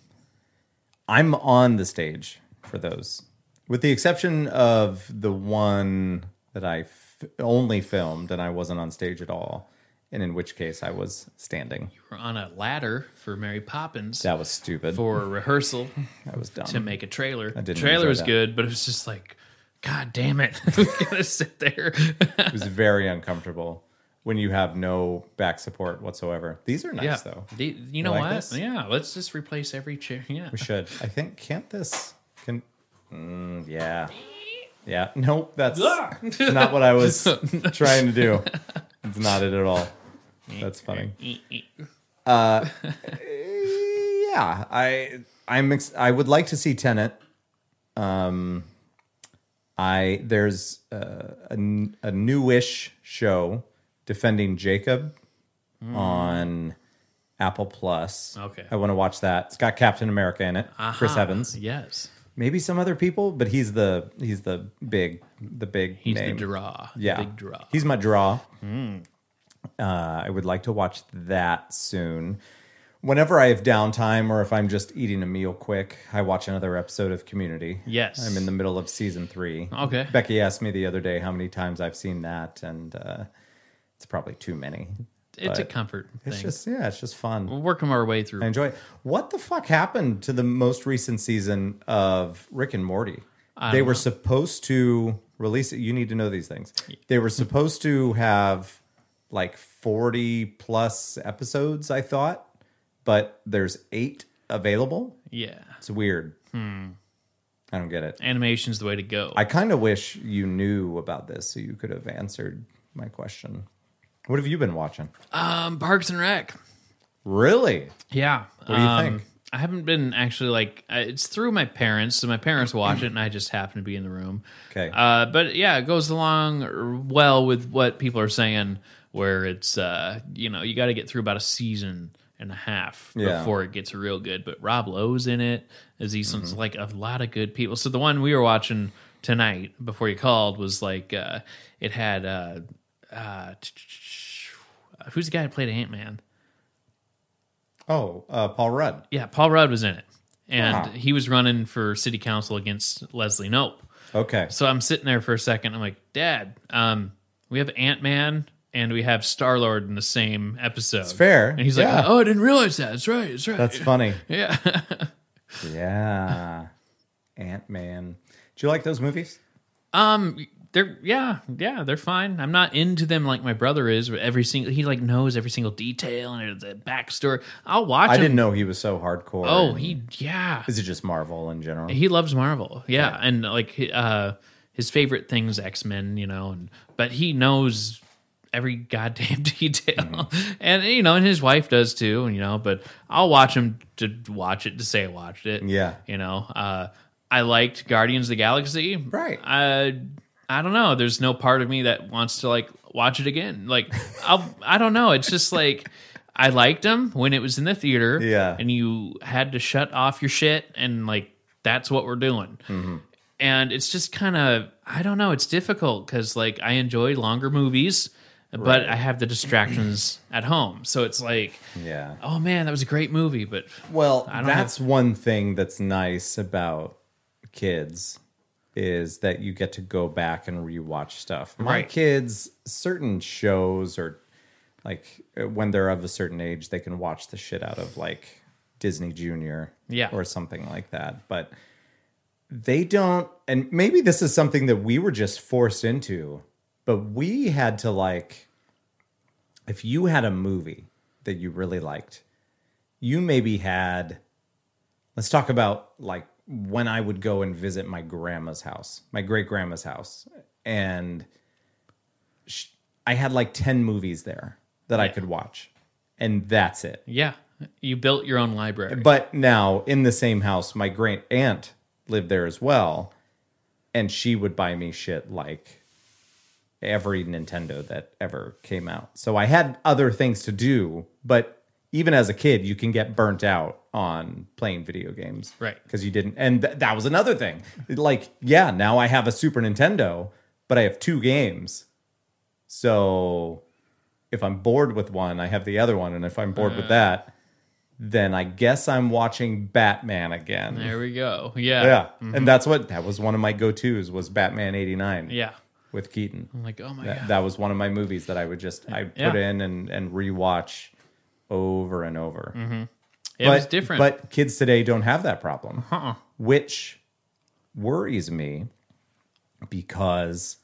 Speaker 1: I'm on the stage for those. With the exception of the one that I f- only filmed and I wasn't on stage at all, and in which case I was standing.
Speaker 2: We're on a ladder for Mary Poppins
Speaker 1: That was stupid.
Speaker 2: for a rehearsal
Speaker 1: I was dumb.
Speaker 2: to make a trailer. The
Speaker 1: didn't
Speaker 2: trailer
Speaker 1: enjoy
Speaker 2: was
Speaker 1: that.
Speaker 2: good, but it was just like, God damn it, we gotta sit there.
Speaker 1: It was very uncomfortable when you have no back support whatsoever. These are nice
Speaker 2: yeah,
Speaker 1: though.
Speaker 2: The- you know
Speaker 1: like
Speaker 2: what?
Speaker 1: this?
Speaker 2: Yeah, let's just replace every chair. Yeah,
Speaker 1: We should. I think can't this can mm, yeah. Yeah. Nope, that's not what I was trying to do. It's not it at all. That's funny. Yeah, I I'm ex- I would like to see Tenant. Um I there's uh, a, n- a newish show defending Jacob on Apple Plus.
Speaker 2: Okay.
Speaker 1: I want to watch that. It's got Captain America in it. Chris
Speaker 2: Ah,
Speaker 1: Evans.
Speaker 2: Yes,
Speaker 1: maybe some other people, but he's the he's the big the big
Speaker 2: He's
Speaker 1: name.
Speaker 2: the draw. the
Speaker 1: Yeah,
Speaker 2: Big draw. Hmm.
Speaker 1: He's my draw. Uh, I would like to watch that soon. Whenever I have downtime or if I'm just eating a meal quick, I watch another episode of Community.
Speaker 2: Yes.
Speaker 1: I'm in the middle of season three.
Speaker 2: Okay.
Speaker 1: Becky asked me the other day how many times I've seen that, and uh, it's probably too many.
Speaker 2: it's a
Speaker 1: but
Speaker 2: comfort
Speaker 1: It's
Speaker 2: thing.
Speaker 1: just yeah, it's just fun.
Speaker 2: We're working our way
Speaker 1: I
Speaker 2: through.
Speaker 1: enjoy it. What the fuck happened to the most recent season of Rick and Morty? They were supposed to release it. You need to know these things. They were supposed to have like 40 plus episodes, I thought, but there's eight available.
Speaker 2: yeah,
Speaker 1: It's weird. I don't get it.
Speaker 2: animation's the way to go.
Speaker 1: I kind of wish you knew about this so you could have answered my question. What have you been watching?
Speaker 2: um, Parks and Rec.
Speaker 1: Really?
Speaker 2: Yeah.
Speaker 1: What do you
Speaker 2: um,
Speaker 1: think?
Speaker 2: I haven't been actually like I- it's through my parents, so my parents watch it, and I just happen to be in the room.
Speaker 1: Okay.
Speaker 2: Uh, but yeah, it goes along well with what people are saying. Where it's uh, you know, you got to get through about a season and a half
Speaker 1: Yeah.
Speaker 2: before it gets real good. But Rob Lowe's in it. Azizan's like a lot of good people. So the one we were watching tonight before you called was like uh, it had uh, uh, t- t- t- who's the guy who played Ant Man?
Speaker 1: Oh, uh, Paul Rudd.
Speaker 2: Yeah, Paul Rudd was in it. and he was running for city council against Leslie Nope.
Speaker 1: Okay.
Speaker 2: So I'm sitting there for a second. I'm like, Dad, um, we have Ant Man and we have Star Lord in the same episode. It's
Speaker 1: fair.
Speaker 2: And he's
Speaker 1: Yeah.
Speaker 2: like, Oh, I didn't realize that. That's right. That's right.
Speaker 1: That's funny.
Speaker 2: yeah.
Speaker 1: Yeah. Ant Man. Do you like those movies?
Speaker 2: Um, they're yeah, yeah, they're fine. I'm not into them like my brother is. Where every single he like knows every single detail and the backstory. I'll watch.
Speaker 1: I
Speaker 2: him.
Speaker 1: didn't know he was so hardcore.
Speaker 2: Oh, he yeah,
Speaker 1: Is it just Marvel in general?
Speaker 2: he loves Marvel. Yeah, and like hi- uh, his favorite things X Men. You know, and but he knows every goddamn detail,
Speaker 1: Mm-hmm.
Speaker 2: and you know, and his wife does too. You know, but I'll watch him to watch it to say I watched it.
Speaker 1: Yeah.
Speaker 2: you know, uh, I liked Guardians of the Galaxy.
Speaker 1: Right.
Speaker 2: I I don't know. There's no part of me that wants to like watch it again. Like I'll, I don't know. It's just like. I liked him when it was in the theater,
Speaker 1: Yeah.
Speaker 2: and you had to shut off your shit and like that's what we're doing
Speaker 1: Mm-hmm.
Speaker 2: and it's just kind of i don't know it's difficult because like i enjoy longer movies but i have the distractions at home so it's like
Speaker 1: yeah.
Speaker 2: oh man that was a great movie but
Speaker 1: Well,
Speaker 2: don't
Speaker 1: that's one thing that's nice about kids is that you get to go back and rewatch stuff. My
Speaker 2: Right.
Speaker 1: kids, certain shows or like uh, when they're of a certain age, they can watch the shit out of like Disney Junior,
Speaker 2: Yeah.
Speaker 1: or something like that. But they don't, and maybe this is something that we were just forced into, but we had to like. If you had a movie that you really liked, you maybe had let's talk about like when I would go and visit my grandma's house, my great grandma's house, and sh I had like 10 movies there that I could watch, and that's it.
Speaker 2: yeah you built your own library
Speaker 1: But now in the same house, my great aunt lived there as well, and she would buy me shit like every Nintendo that ever came out. So I had other things to do, but even as a kid, you can get burnt out on playing video games.
Speaker 2: Right.
Speaker 1: Because you didn't. And th- that was another thing. Like, yeah, now I have a Super Nintendo, but I have two games. So if I'm bored with one, I have the other one. And if I'm bored
Speaker 2: Uh.
Speaker 1: with that, then I guess I'm watching Batman again.
Speaker 2: there we go yeah
Speaker 1: yeah. And that's what that was one of my go-tos was Batman 89
Speaker 2: yeah
Speaker 1: with Keaton.
Speaker 2: i'm like oh my
Speaker 1: That,
Speaker 2: god
Speaker 1: that was one of my movies that I would just I put
Speaker 2: Yeah.
Speaker 1: in and and rewatch over and over.
Speaker 2: Mm-hmm. it was different
Speaker 1: But kids today don't have that problem, which worries me because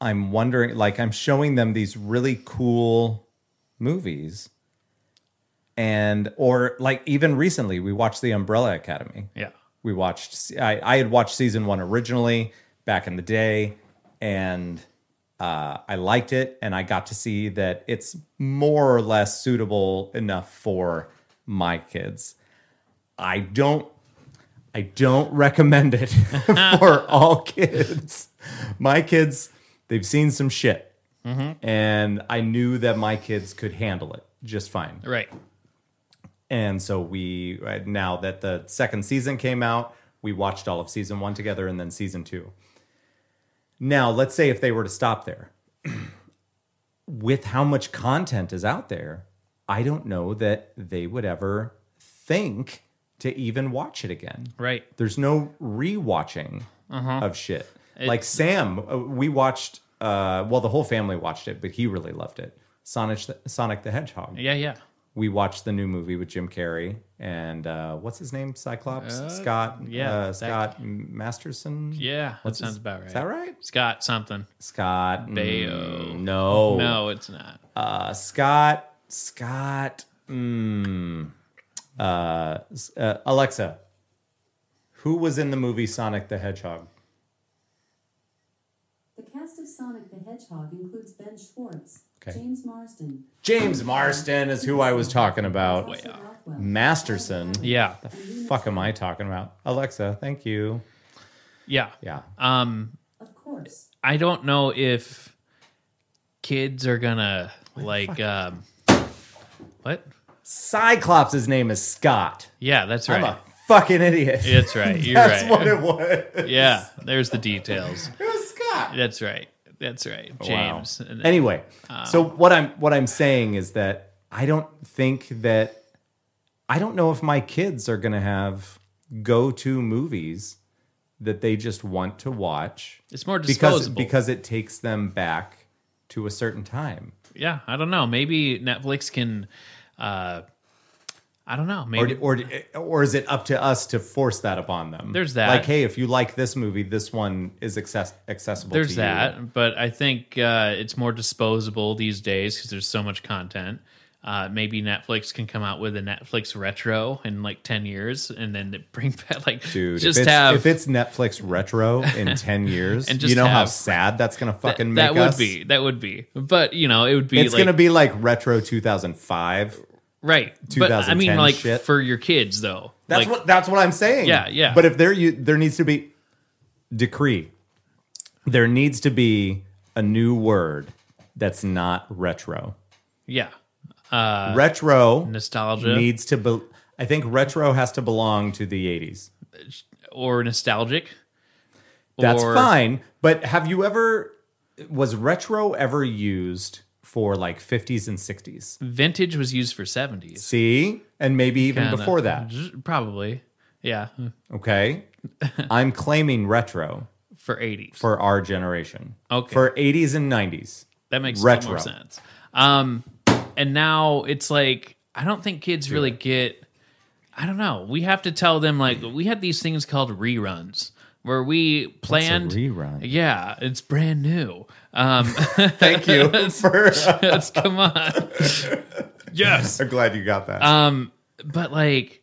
Speaker 1: I'm wondering, like, I'm showing them these really cool movies. And, or like, even recently, we watched The Umbrella Academy.
Speaker 2: yeah
Speaker 1: We watched, I, I had watched season one originally back in the day, and uh, I liked it. And I got to see that it's more or less suitable enough for my kids. I don't. I don't recommend it for all kids. My kids, they've seen some shit. And I knew that my kids could handle it just fine.
Speaker 2: right
Speaker 1: And so we right now that the second season came out, we watched all of season one together and then season two. Now, let's say if they were to stop there, with how much content is out there, I don't know that they would ever think to even watch it again.
Speaker 2: right Uh-huh.
Speaker 1: There's no rewatching of shit. like Sam, uh, we watched. Uh, well, the whole family watched it, but he really loved it. Sonic, the, Sonic the Hedgehog
Speaker 2: yeah yeah
Speaker 1: we watched the new movie with Jim Carrey and uh, what's his name? Cyclops Scott.
Speaker 2: yeah,
Speaker 1: uh,
Speaker 2: that-
Speaker 1: Scott Masterson.
Speaker 2: yeah that
Speaker 1: What's his-
Speaker 2: sounds about right
Speaker 1: Is that right?
Speaker 2: scott something
Speaker 1: Scott mm,
Speaker 2: Baio. Oh,
Speaker 1: no,
Speaker 2: no it's not
Speaker 1: Uh, Scott. Scott. Mm, uh, s- uh, Alexa, who was in the movie Sonic the Hedgehog?
Speaker 5: The cast of Sonic the Hedgehog includes Ben Schwartz,
Speaker 1: Okay.
Speaker 5: James Marsden,
Speaker 1: James Marston is who I was talking about.
Speaker 5: Tessa Rockwell,
Speaker 1: Oh, Masterson.
Speaker 2: yeah
Speaker 1: Fuck am I talking about? Alexa, thank you.
Speaker 2: yeah
Speaker 1: Yeah.
Speaker 2: um
Speaker 5: of course,
Speaker 2: I don't know if kids are gonna like um what?
Speaker 1: Cyclops' name is Scott.
Speaker 2: Yeah, that's
Speaker 1: I'm
Speaker 2: right.
Speaker 1: a fucking idiot.
Speaker 2: That's right. You're
Speaker 1: That's
Speaker 2: right.
Speaker 1: what it was.
Speaker 2: yeah, there's the details.
Speaker 1: It was Scott.
Speaker 2: That's right. That's right. James.
Speaker 1: Oh, Wow.
Speaker 2: And- uh,
Speaker 1: Anyway, so what I'm what I'm saying is that I don't think that I don't know if my kids are gonna have go to movies that they just want to watch.
Speaker 2: It's more
Speaker 1: because
Speaker 2: disposable.
Speaker 1: because it takes them back to a certain time.
Speaker 2: yeah, I don't know. Maybe Netflix can. Uh, I don't know.
Speaker 1: Or,
Speaker 2: Maybe
Speaker 1: or or is it up to us to force that upon them?
Speaker 2: There's that.
Speaker 1: Like, hey, if you like this movie, this one is access- accessible. to
Speaker 2: there's
Speaker 1: you.
Speaker 2: that, but I think uh, it's more disposable these days because there's so much content. Uh, maybe Netflix can come out with a Netflix retro in like ten years, and then it bring back like
Speaker 1: Dude,
Speaker 2: just
Speaker 1: if, it's,
Speaker 2: have
Speaker 1: if it's Netflix retro in ten years,
Speaker 2: And
Speaker 1: you
Speaker 2: just
Speaker 1: know how
Speaker 2: have-
Speaker 1: sad that's gonna fucking
Speaker 2: that
Speaker 1: make
Speaker 2: would
Speaker 1: us.
Speaker 2: be that would be, but you know it would be
Speaker 1: It's
Speaker 2: like,
Speaker 1: gonna be like retro 2005.
Speaker 2: right. But I
Speaker 1: 2010
Speaker 2: mean, like
Speaker 1: shit.
Speaker 2: for your kids though.
Speaker 1: That's
Speaker 2: like,
Speaker 1: what that's what I'm saying.
Speaker 2: Yeah, yeah.
Speaker 1: But if there you there needs to be decree. There needs to be a new word that's not retro.
Speaker 2: Yeah,
Speaker 1: retro
Speaker 2: Uh, nostalgia
Speaker 1: needs to be I think retro has to belong to the 80s.
Speaker 2: or nostalgic.
Speaker 1: That's
Speaker 2: or-
Speaker 1: fine, but have you ever was retro ever used for like 50s and 60s?
Speaker 2: Vintage was used for seventies.
Speaker 1: See? And maybe even before that.
Speaker 2: probably. Yeah,
Speaker 1: Okay? I'm claiming retro
Speaker 2: for eighties.
Speaker 1: for our generation.
Speaker 2: Okay.
Speaker 1: For 80s and 90s.
Speaker 2: That makes a lot
Speaker 1: Retro.
Speaker 2: more sense. Um, and now it's like I don't think kids really get. I don't know. We have to tell them like we had these things called reruns where we planned
Speaker 1: rerun?
Speaker 2: Yeah, it's brand new. Um,
Speaker 1: Thank you for
Speaker 2: let's come on. yes. Um,
Speaker 1: I'm glad you got that.
Speaker 2: but like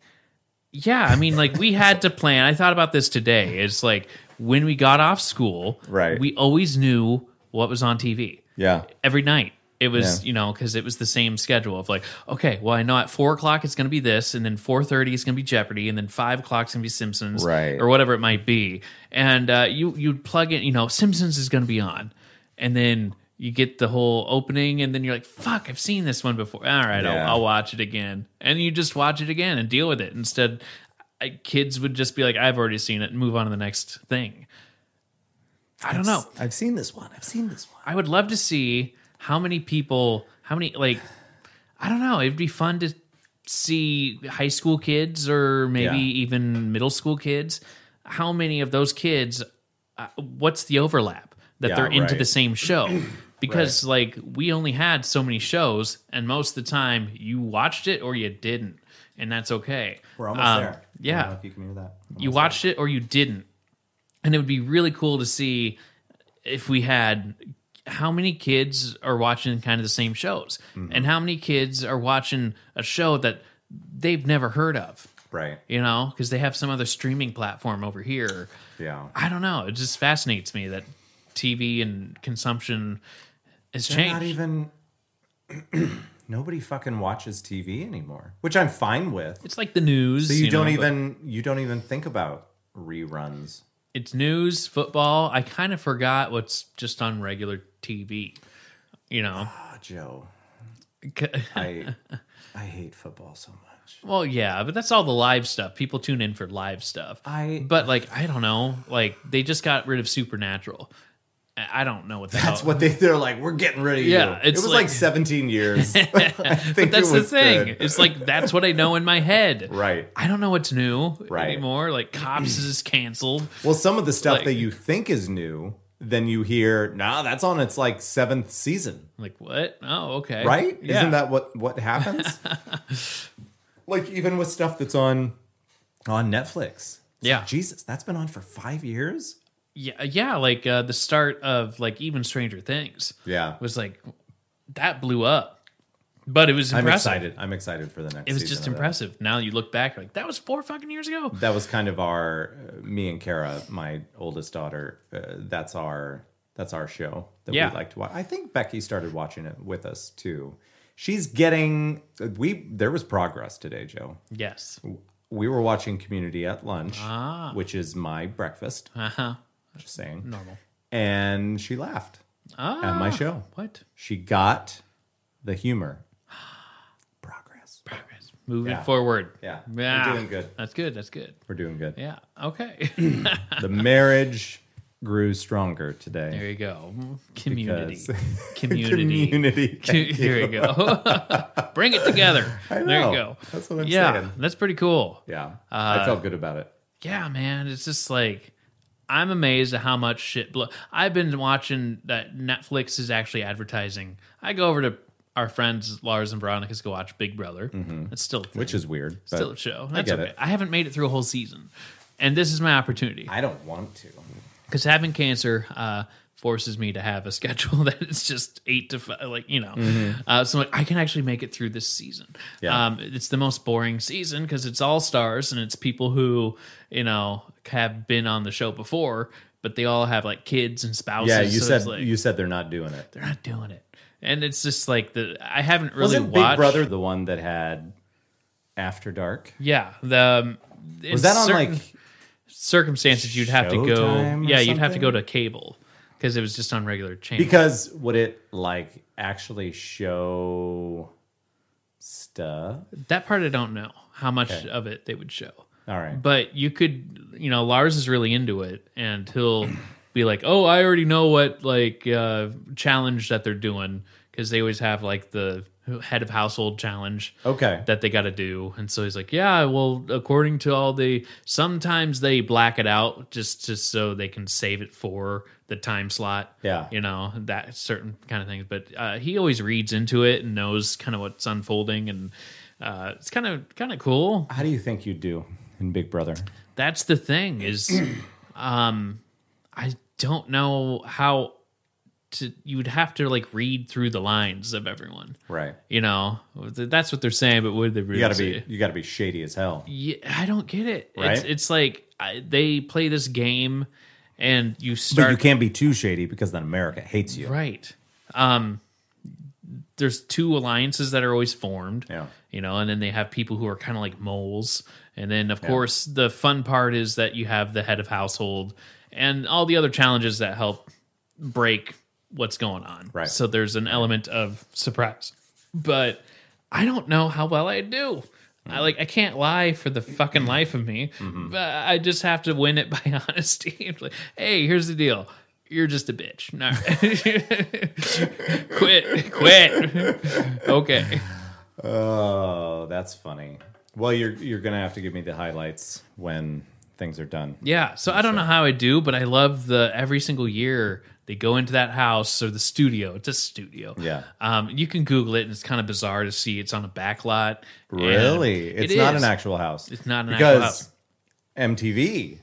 Speaker 2: yeah i mean like we had to plan i thought about this today it's like when we got off school
Speaker 1: Right.
Speaker 2: we always knew what was on tv
Speaker 1: yeah.
Speaker 2: every night it was
Speaker 1: Yeah.
Speaker 2: you know because it was the same schedule of like okay well i know at four o'clock it's going to be this and then 4.30 is going to be jeopardy and then five o'clock is going to be simpsons
Speaker 1: Right.
Speaker 2: or whatever it might be and uh, you you'd plug in you know simpsons is going to be on and then you get the whole opening and then you're like fuck i've seen this one before all right
Speaker 1: Yeah.
Speaker 2: I'll, I'll watch it again and you just watch it again and deal with it instead I, kids would just be like i've already seen it and move on to the next thing i don't know
Speaker 1: I've seen this one. I've seen this one.
Speaker 2: I would love to see how many people, how many like, I don't know. It'd be fun to see high school kids or maybe
Speaker 1: Yeah.
Speaker 2: even middle school kids. How many of those kids? Uh, what's the overlap that
Speaker 1: Yeah,
Speaker 2: they're into
Speaker 1: right.
Speaker 2: the same show? Because like we only had so many shows, and most of the time you watched it or you didn't, and that's okay. Um,
Speaker 4: We're almost there.
Speaker 1: I don't
Speaker 2: Yeah,
Speaker 1: know if you can hear that.
Speaker 2: you watched it or you didn't. And it would be really cool to see if we had how many kids are watching kind of the same shows
Speaker 1: Mm-hmm.
Speaker 2: and how many kids are watching a show that they've never heard of,
Speaker 1: Right.
Speaker 2: you know, because they have some other streaming platform over here.
Speaker 1: Yeah.
Speaker 2: I don't know. It just fascinates me that TV and consumption has
Speaker 1: They're
Speaker 2: changed.
Speaker 1: Not even nobody fucking watches TV anymore, which I'm fine with.
Speaker 2: it's like the news.
Speaker 1: So you, don't
Speaker 2: know, but-
Speaker 1: even you don't even think about reruns.
Speaker 2: it's news, football. I kind of forgot what's just on regular TV. You know,
Speaker 1: Ah, Joe,
Speaker 2: C-
Speaker 1: I I hate football so much.
Speaker 2: well, yeah, but that's all the live stuff. People tune in for live stuff.
Speaker 1: I-
Speaker 2: but like, I don't know. Like, they just got rid of Supernatural. I I don't know what the
Speaker 1: That's
Speaker 2: hell-
Speaker 1: what they they're like. We're getting rid of
Speaker 2: Yeah,
Speaker 1: you. It
Speaker 2: it's
Speaker 1: was like,
Speaker 2: like-
Speaker 1: 17 years. I think
Speaker 2: But that's
Speaker 1: it
Speaker 2: the
Speaker 1: was
Speaker 2: thing.
Speaker 1: good.
Speaker 2: It's like that's what I know in my head.
Speaker 1: Right.
Speaker 2: I don't know what's new
Speaker 1: Right.
Speaker 2: anymore. Like Cops is canceled.
Speaker 1: Well, some of the stuff
Speaker 2: like-
Speaker 1: that you think is new, then you hear, nah, that's on its like seventh season.
Speaker 2: I'm like what? Oh, okay.
Speaker 1: right?
Speaker 2: Yeah.
Speaker 1: Isn't that what what happens? like even with stuff that's on on Netflix. It's
Speaker 2: Yeah.
Speaker 1: like, Jesus, that's been on for 5 years?
Speaker 2: Yeah, yeah, like uh, the start of like even Stranger Things.
Speaker 1: Yeah.
Speaker 2: was like that blew up, but it was
Speaker 1: I'm
Speaker 2: impressive.
Speaker 1: excited. I'm excited for the next
Speaker 2: It was
Speaker 1: season
Speaker 2: just
Speaker 1: of that. Mm.
Speaker 2: impressive. Now you look back, like that was four fucking years ago.
Speaker 1: That was kind of our uh, me and Kara, my oldest daughter, uh, that's our that's our show that
Speaker 2: Yeah.
Speaker 1: we like to watch. I think Becky started watching it with us too. She's getting uh, we there was progress today, Joe.
Speaker 2: Yes.
Speaker 1: We were watching Community at lunch,
Speaker 2: Ah.
Speaker 1: which is my breakfast.
Speaker 2: Uh huh.
Speaker 1: Just saying.
Speaker 2: Normal.
Speaker 1: and she laughed
Speaker 2: Ah.
Speaker 1: at my show.
Speaker 2: What?
Speaker 1: She got the humor. Progress.
Speaker 2: Progress. Moving
Speaker 1: Yeah.
Speaker 2: forward.
Speaker 1: Yeah. We're
Speaker 2: Yeah.
Speaker 1: doing good.
Speaker 2: That's good. That's good.
Speaker 1: We're doing good.
Speaker 2: Yeah. Okay.
Speaker 1: The marriage grew stronger today.
Speaker 2: there you go. Community.
Speaker 1: Because-
Speaker 2: Community.
Speaker 1: Community.
Speaker 2: Co- Here you go. Bring it together.
Speaker 1: I
Speaker 2: There
Speaker 1: know.
Speaker 2: you go.
Speaker 1: That's what I'm
Speaker 2: yeah,
Speaker 1: saying.
Speaker 2: that's pretty cool.
Speaker 1: Yeah. I felt good about it.
Speaker 2: yeah, man, it's just like I'm amazed at how much shit. Blo- I've been watching that Netflix is actually advertising. I go over to our friends Lars and Veronica's go watch Big Brother. It's still a thing.
Speaker 1: Mm-hmm. which is weird. But
Speaker 2: still a show.
Speaker 1: I
Speaker 2: That's
Speaker 1: get
Speaker 2: okay.
Speaker 1: it.
Speaker 2: I haven't made it through a whole season, and this is my opportunity
Speaker 1: I don't want to.
Speaker 2: because having cancer uh, forces me to have a schedule that is just eight to five, like you know. Uh, so like, I can actually make it through this season.
Speaker 1: Mm-hmm. Yeah.
Speaker 2: Um, it's the most boring season because it's all stars and it's people who you know have been on the show before, but they all have like kids and spouses.
Speaker 1: Yeah, you
Speaker 2: so
Speaker 1: said
Speaker 2: it's like,
Speaker 1: you said they're not doing it.
Speaker 2: they're not doing it, and it's just like the I haven't really
Speaker 1: Wasn't
Speaker 2: watched
Speaker 1: Big Brother the one that had After Dark?
Speaker 2: Yeah, the um, in
Speaker 1: Was that on
Speaker 2: certain-
Speaker 1: like?
Speaker 2: circumstances you'd have to go
Speaker 1: Showtime or
Speaker 2: yeah you'd have to
Speaker 1: something?
Speaker 2: go to cable because it was just on regular channel
Speaker 1: Because would it like actually show stuff?
Speaker 2: that part i don't know how much of it they would show
Speaker 1: All right.
Speaker 2: but you could you know lars is really into it and he'll be like oh i already know what like uh challenge that they're doing because they always have like the head of household challenge
Speaker 1: Okay.
Speaker 2: that they got to do. And so he's like, yeah, well, according to all the, sometimes they black it out just, just so they can save it for the time slot.
Speaker 1: Yeah.
Speaker 2: You know, that certain kind of things. But uh, he always reads into it and knows kind of what's unfolding. And uh, it's kind of, kind of cool.
Speaker 1: How do you think you'd do in Big Brother?
Speaker 2: That's the thing is, um, I don't know how to, you would have to like read through the lines of everyone.
Speaker 1: Right.
Speaker 2: You know, that's what they're saying, but would they really
Speaker 1: You gotta
Speaker 2: say?
Speaker 1: be you gotta be shady as hell.
Speaker 2: Yeah, I don't get it. It's,
Speaker 1: Right?
Speaker 2: it's like I, they play this game, and you start
Speaker 1: But you can't be too shady because then America hates you.
Speaker 2: right. Um, there's two alliances that are always formed.
Speaker 1: Yeah.
Speaker 2: you know, and then they have people who are kind of like moles, and then of course the fun part is that you have the head of household and all the other challenges that help break what's going on.
Speaker 1: Right.
Speaker 2: So there's an element of surprise, but I don't know how well I do. I like I can't lie for the fucking life of me,
Speaker 1: Mm-hmm.
Speaker 2: but I just have to win it by honesty. It's like, hey, here's the deal. You're just a bitch. No. quit, quit. Okay.
Speaker 1: Oh, that's funny. Well, you're you're gonna have to give me the highlights when things are done.
Speaker 2: Yeah, so I don't know how I do, but I love the every single year they go into that house or the studio. It's a studio.
Speaker 1: Yeah.
Speaker 2: Um, you can Google it, and it's kind of bizarre to see it's on a back lot. and
Speaker 1: Really?
Speaker 2: it
Speaker 1: It's not
Speaker 2: is.
Speaker 1: an actual house.
Speaker 2: It's not an
Speaker 1: because
Speaker 2: actual house.
Speaker 1: MTV,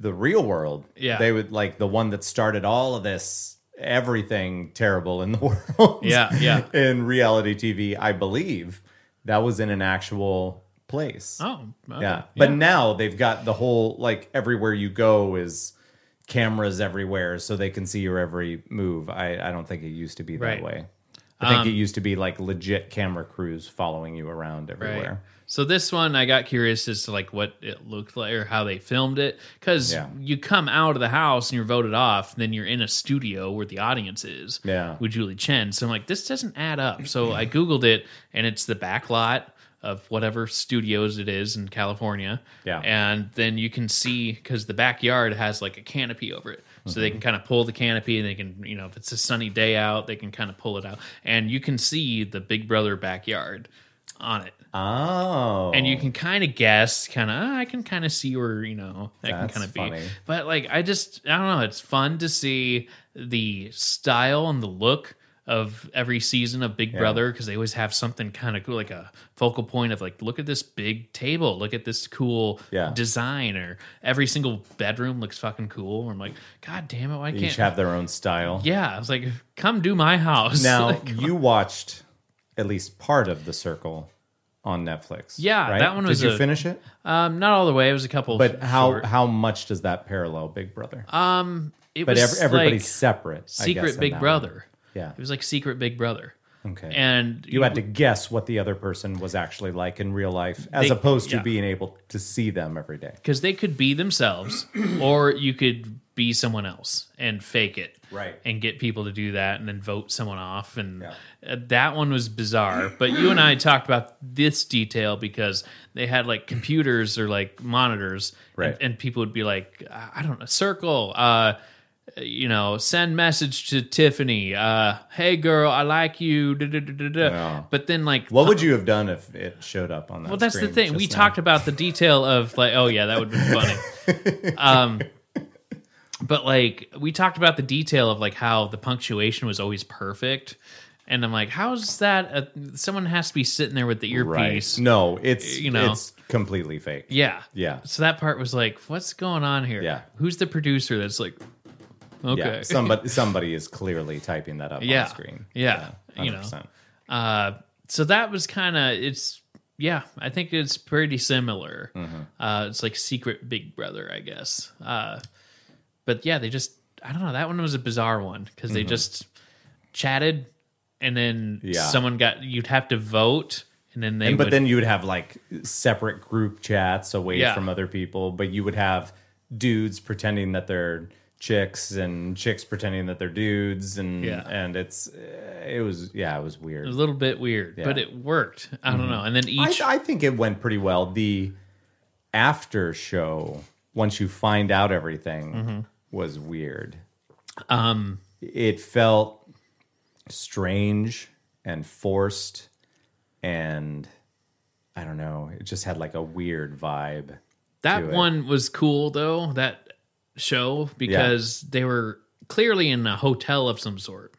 Speaker 1: the real world,
Speaker 2: Yeah.
Speaker 1: they would like the one that started all of this everything terrible in the world.
Speaker 2: Yeah, yeah.
Speaker 1: in reality TV, I believe that was in an actual place.
Speaker 2: Oh, okay.
Speaker 1: Yeah. But now they've got the whole like everywhere you go is cameras everywhere so they can see your every move. I, I don't think it used to be that
Speaker 2: Right. Um,
Speaker 1: way. I think it used to be like legit camera crews following you around everywhere.
Speaker 2: Right. So this one, I got curious as to like what it looked like or how they filmed it, because
Speaker 1: Yeah.
Speaker 2: you come out of the house and you're voted off, then you're in a studio where the audience is.
Speaker 1: Yeah.
Speaker 2: With Julie Chen, so I'm like, this doesn't add up. So I googled it, and it's the back lot of whatever studios it is in California.
Speaker 1: Yeah.
Speaker 2: And then you can see because the backyard has like a canopy over it. So
Speaker 1: Mm-hmm.
Speaker 2: they can kind of pull the canopy and they can, you know, if it's a sunny day out, they can kind of pull it out. And you can see the Big Brother backyard on it
Speaker 1: Oh.
Speaker 2: and you can kind of guess kind of i can kind of see where you know that
Speaker 1: That's
Speaker 2: can kind of
Speaker 1: funny.
Speaker 2: be but like i just i don't know it's fun to see the style and the look of every season of big brother because they always have something kind of cool like a focal point of like look at this big table look at this cool
Speaker 1: Yeah.
Speaker 2: design or every single bedroom looks fucking cool i'm like god damn it why
Speaker 1: They
Speaker 2: can't
Speaker 1: Oh. each have their own style.
Speaker 2: yeah i was like come do my house
Speaker 1: Now
Speaker 2: Like,
Speaker 1: you watched at least part of The Circle on Netflix.
Speaker 2: Yeah,
Speaker 1: right?
Speaker 2: that one was
Speaker 1: Did you
Speaker 2: a-
Speaker 1: finish it?
Speaker 2: um not all the way it was a couple
Speaker 1: But how
Speaker 2: short.
Speaker 1: how much does that parallel Big Brother?
Speaker 2: it
Speaker 1: but
Speaker 2: was
Speaker 1: ev- everybody's
Speaker 2: like-
Speaker 1: separate. I guess,
Speaker 2: Secret
Speaker 1: in
Speaker 2: Big
Speaker 1: that
Speaker 2: Brother.
Speaker 1: Yeah.
Speaker 2: It was like Secret Big Brother.
Speaker 1: one. Okay.
Speaker 2: And
Speaker 1: you had to guess what the other person was actually like in real life as
Speaker 2: They-
Speaker 1: opposed to
Speaker 2: yeah.
Speaker 1: being able to see them every day
Speaker 2: because they could be themselves or you could be someone else and fake it.
Speaker 1: Right.
Speaker 2: And get people to do that and then vote someone off and
Speaker 1: Yeah.
Speaker 2: uh, that one was bizarre, but you and I talked about this detail because they had like computers or like monitors
Speaker 1: Right.
Speaker 2: and, and people would be like I I don't know, circle uh you know, send message to Tiffany. Uh, hey girl, I like you. Da, da, da, da, da.
Speaker 1: Wow.
Speaker 2: But then like
Speaker 1: What would you have done if it showed up on that?
Speaker 2: well, that's the
Speaker 1: screen
Speaker 2: thing.
Speaker 1: just
Speaker 2: We
Speaker 1: now?
Speaker 2: talked about the detail of like, oh yeah, that would be funny. um, but like we talked about the detail of like how the punctuation was always perfect, and I'm like, how's that? A, someone has to be sitting there with the earpiece.
Speaker 1: Right. No, it's
Speaker 2: You know.
Speaker 1: it's completely fake.
Speaker 2: Yeah.
Speaker 1: Yeah.
Speaker 2: So that part was like, what's going on here?
Speaker 1: Yeah.
Speaker 2: Who's the producer that's like, okay.
Speaker 1: Yeah, somebody somebody is clearly typing that up
Speaker 2: yeah.
Speaker 1: on screen.
Speaker 2: Yeah. You know.
Speaker 1: 100%.
Speaker 2: Uh, so that was kind of it's yeah i think it's pretty similar
Speaker 1: Mm-hmm.
Speaker 2: uh, it's like secret big brother i guess uh, but yeah they just i don't know that one was a bizarre one because they just chatted and then
Speaker 1: Mm-hmm. Yeah.
Speaker 2: someone got you'd have to vote and then they
Speaker 1: And, but
Speaker 2: would,
Speaker 1: then you would have like separate group chats away
Speaker 2: Yeah.
Speaker 1: from other people, but you would have dudes pretending that they're chicks and chicks pretending that they're dudes and
Speaker 2: Yeah.
Speaker 1: and it's uh, it was yeah, it was weird.
Speaker 2: a little bit weird but
Speaker 1: Yeah. Mm-hmm.
Speaker 2: it worked i don't know and then
Speaker 1: I,
Speaker 2: each
Speaker 1: I think it went pretty well. The after show, once you find out everything,
Speaker 2: Mm-hmm.
Speaker 1: was weird. Um, it felt strange and forced, and I don't know. It just had like a weird vibe.
Speaker 2: That
Speaker 1: to it.
Speaker 2: one was cool though, that show, because they were clearly in a hotel of some sort.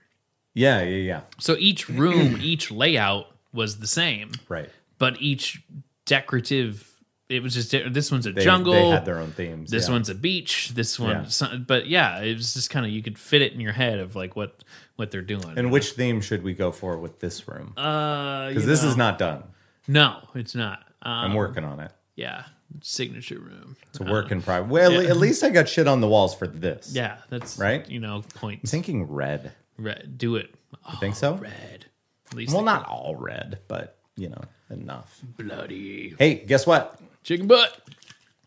Speaker 1: Yeah, yeah, yeah.
Speaker 2: So each room, each layout was the same,
Speaker 1: Right.
Speaker 2: but each decorative, it was just this one's a
Speaker 1: They,
Speaker 2: jungle.
Speaker 1: They had their own themes.
Speaker 2: this
Speaker 1: yeah.
Speaker 2: one's a beach. This one,
Speaker 1: Yeah.
Speaker 2: some- but yeah, it was just kind of you could fit it in your head of like what what they're doing.
Speaker 1: And which theme should we go for with this room?
Speaker 2: uh,
Speaker 1: Because
Speaker 2: you
Speaker 1: this
Speaker 2: know.
Speaker 1: is not done.
Speaker 2: no, it's not. Um,
Speaker 1: I'm working on it.
Speaker 2: yeah, signature room.
Speaker 1: It's a work in progress. Well, at least I got shit on the walls for this.
Speaker 2: Yeah, that's
Speaker 1: Right?
Speaker 2: You know, points.
Speaker 1: thinking red.
Speaker 2: Red, do it. Oh,
Speaker 1: Think so?
Speaker 2: red. At least
Speaker 1: Well,
Speaker 2: they-
Speaker 1: not all red, but you know, enough.
Speaker 2: bloody
Speaker 1: Hey, guess what?
Speaker 2: chicken butt.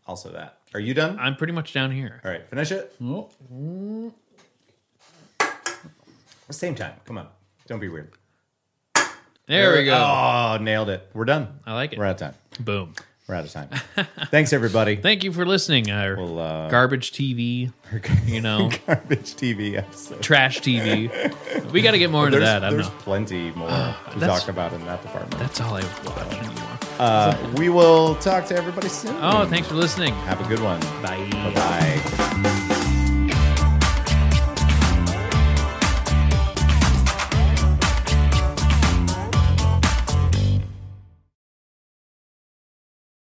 Speaker 1: Also that. Are you done?
Speaker 2: I'm pretty much down here.
Speaker 1: All right, finish it. Same time. Come on. Don't be weird.
Speaker 2: There we go.
Speaker 1: Oh, nailed it. We're done.
Speaker 2: I like it.
Speaker 1: We're out of time.
Speaker 2: Boom.
Speaker 1: We're out of time. Thanks everybody.
Speaker 2: Thank you for listening. Our
Speaker 1: Well, uh,
Speaker 2: garbage TV, you know,
Speaker 1: Garbage TV episode.
Speaker 2: trash TV. We got to get more into
Speaker 1: There's,
Speaker 2: that. I don't
Speaker 1: there's
Speaker 2: know. Uh,
Speaker 1: plenty more to
Speaker 2: that's-
Speaker 1: talk about in that department.
Speaker 2: That's all I watch anymore.
Speaker 1: Uh, we will talk to everybody soon.
Speaker 2: Oh, thanks for listening.
Speaker 1: Have a good one.
Speaker 2: Bye.
Speaker 1: Bye.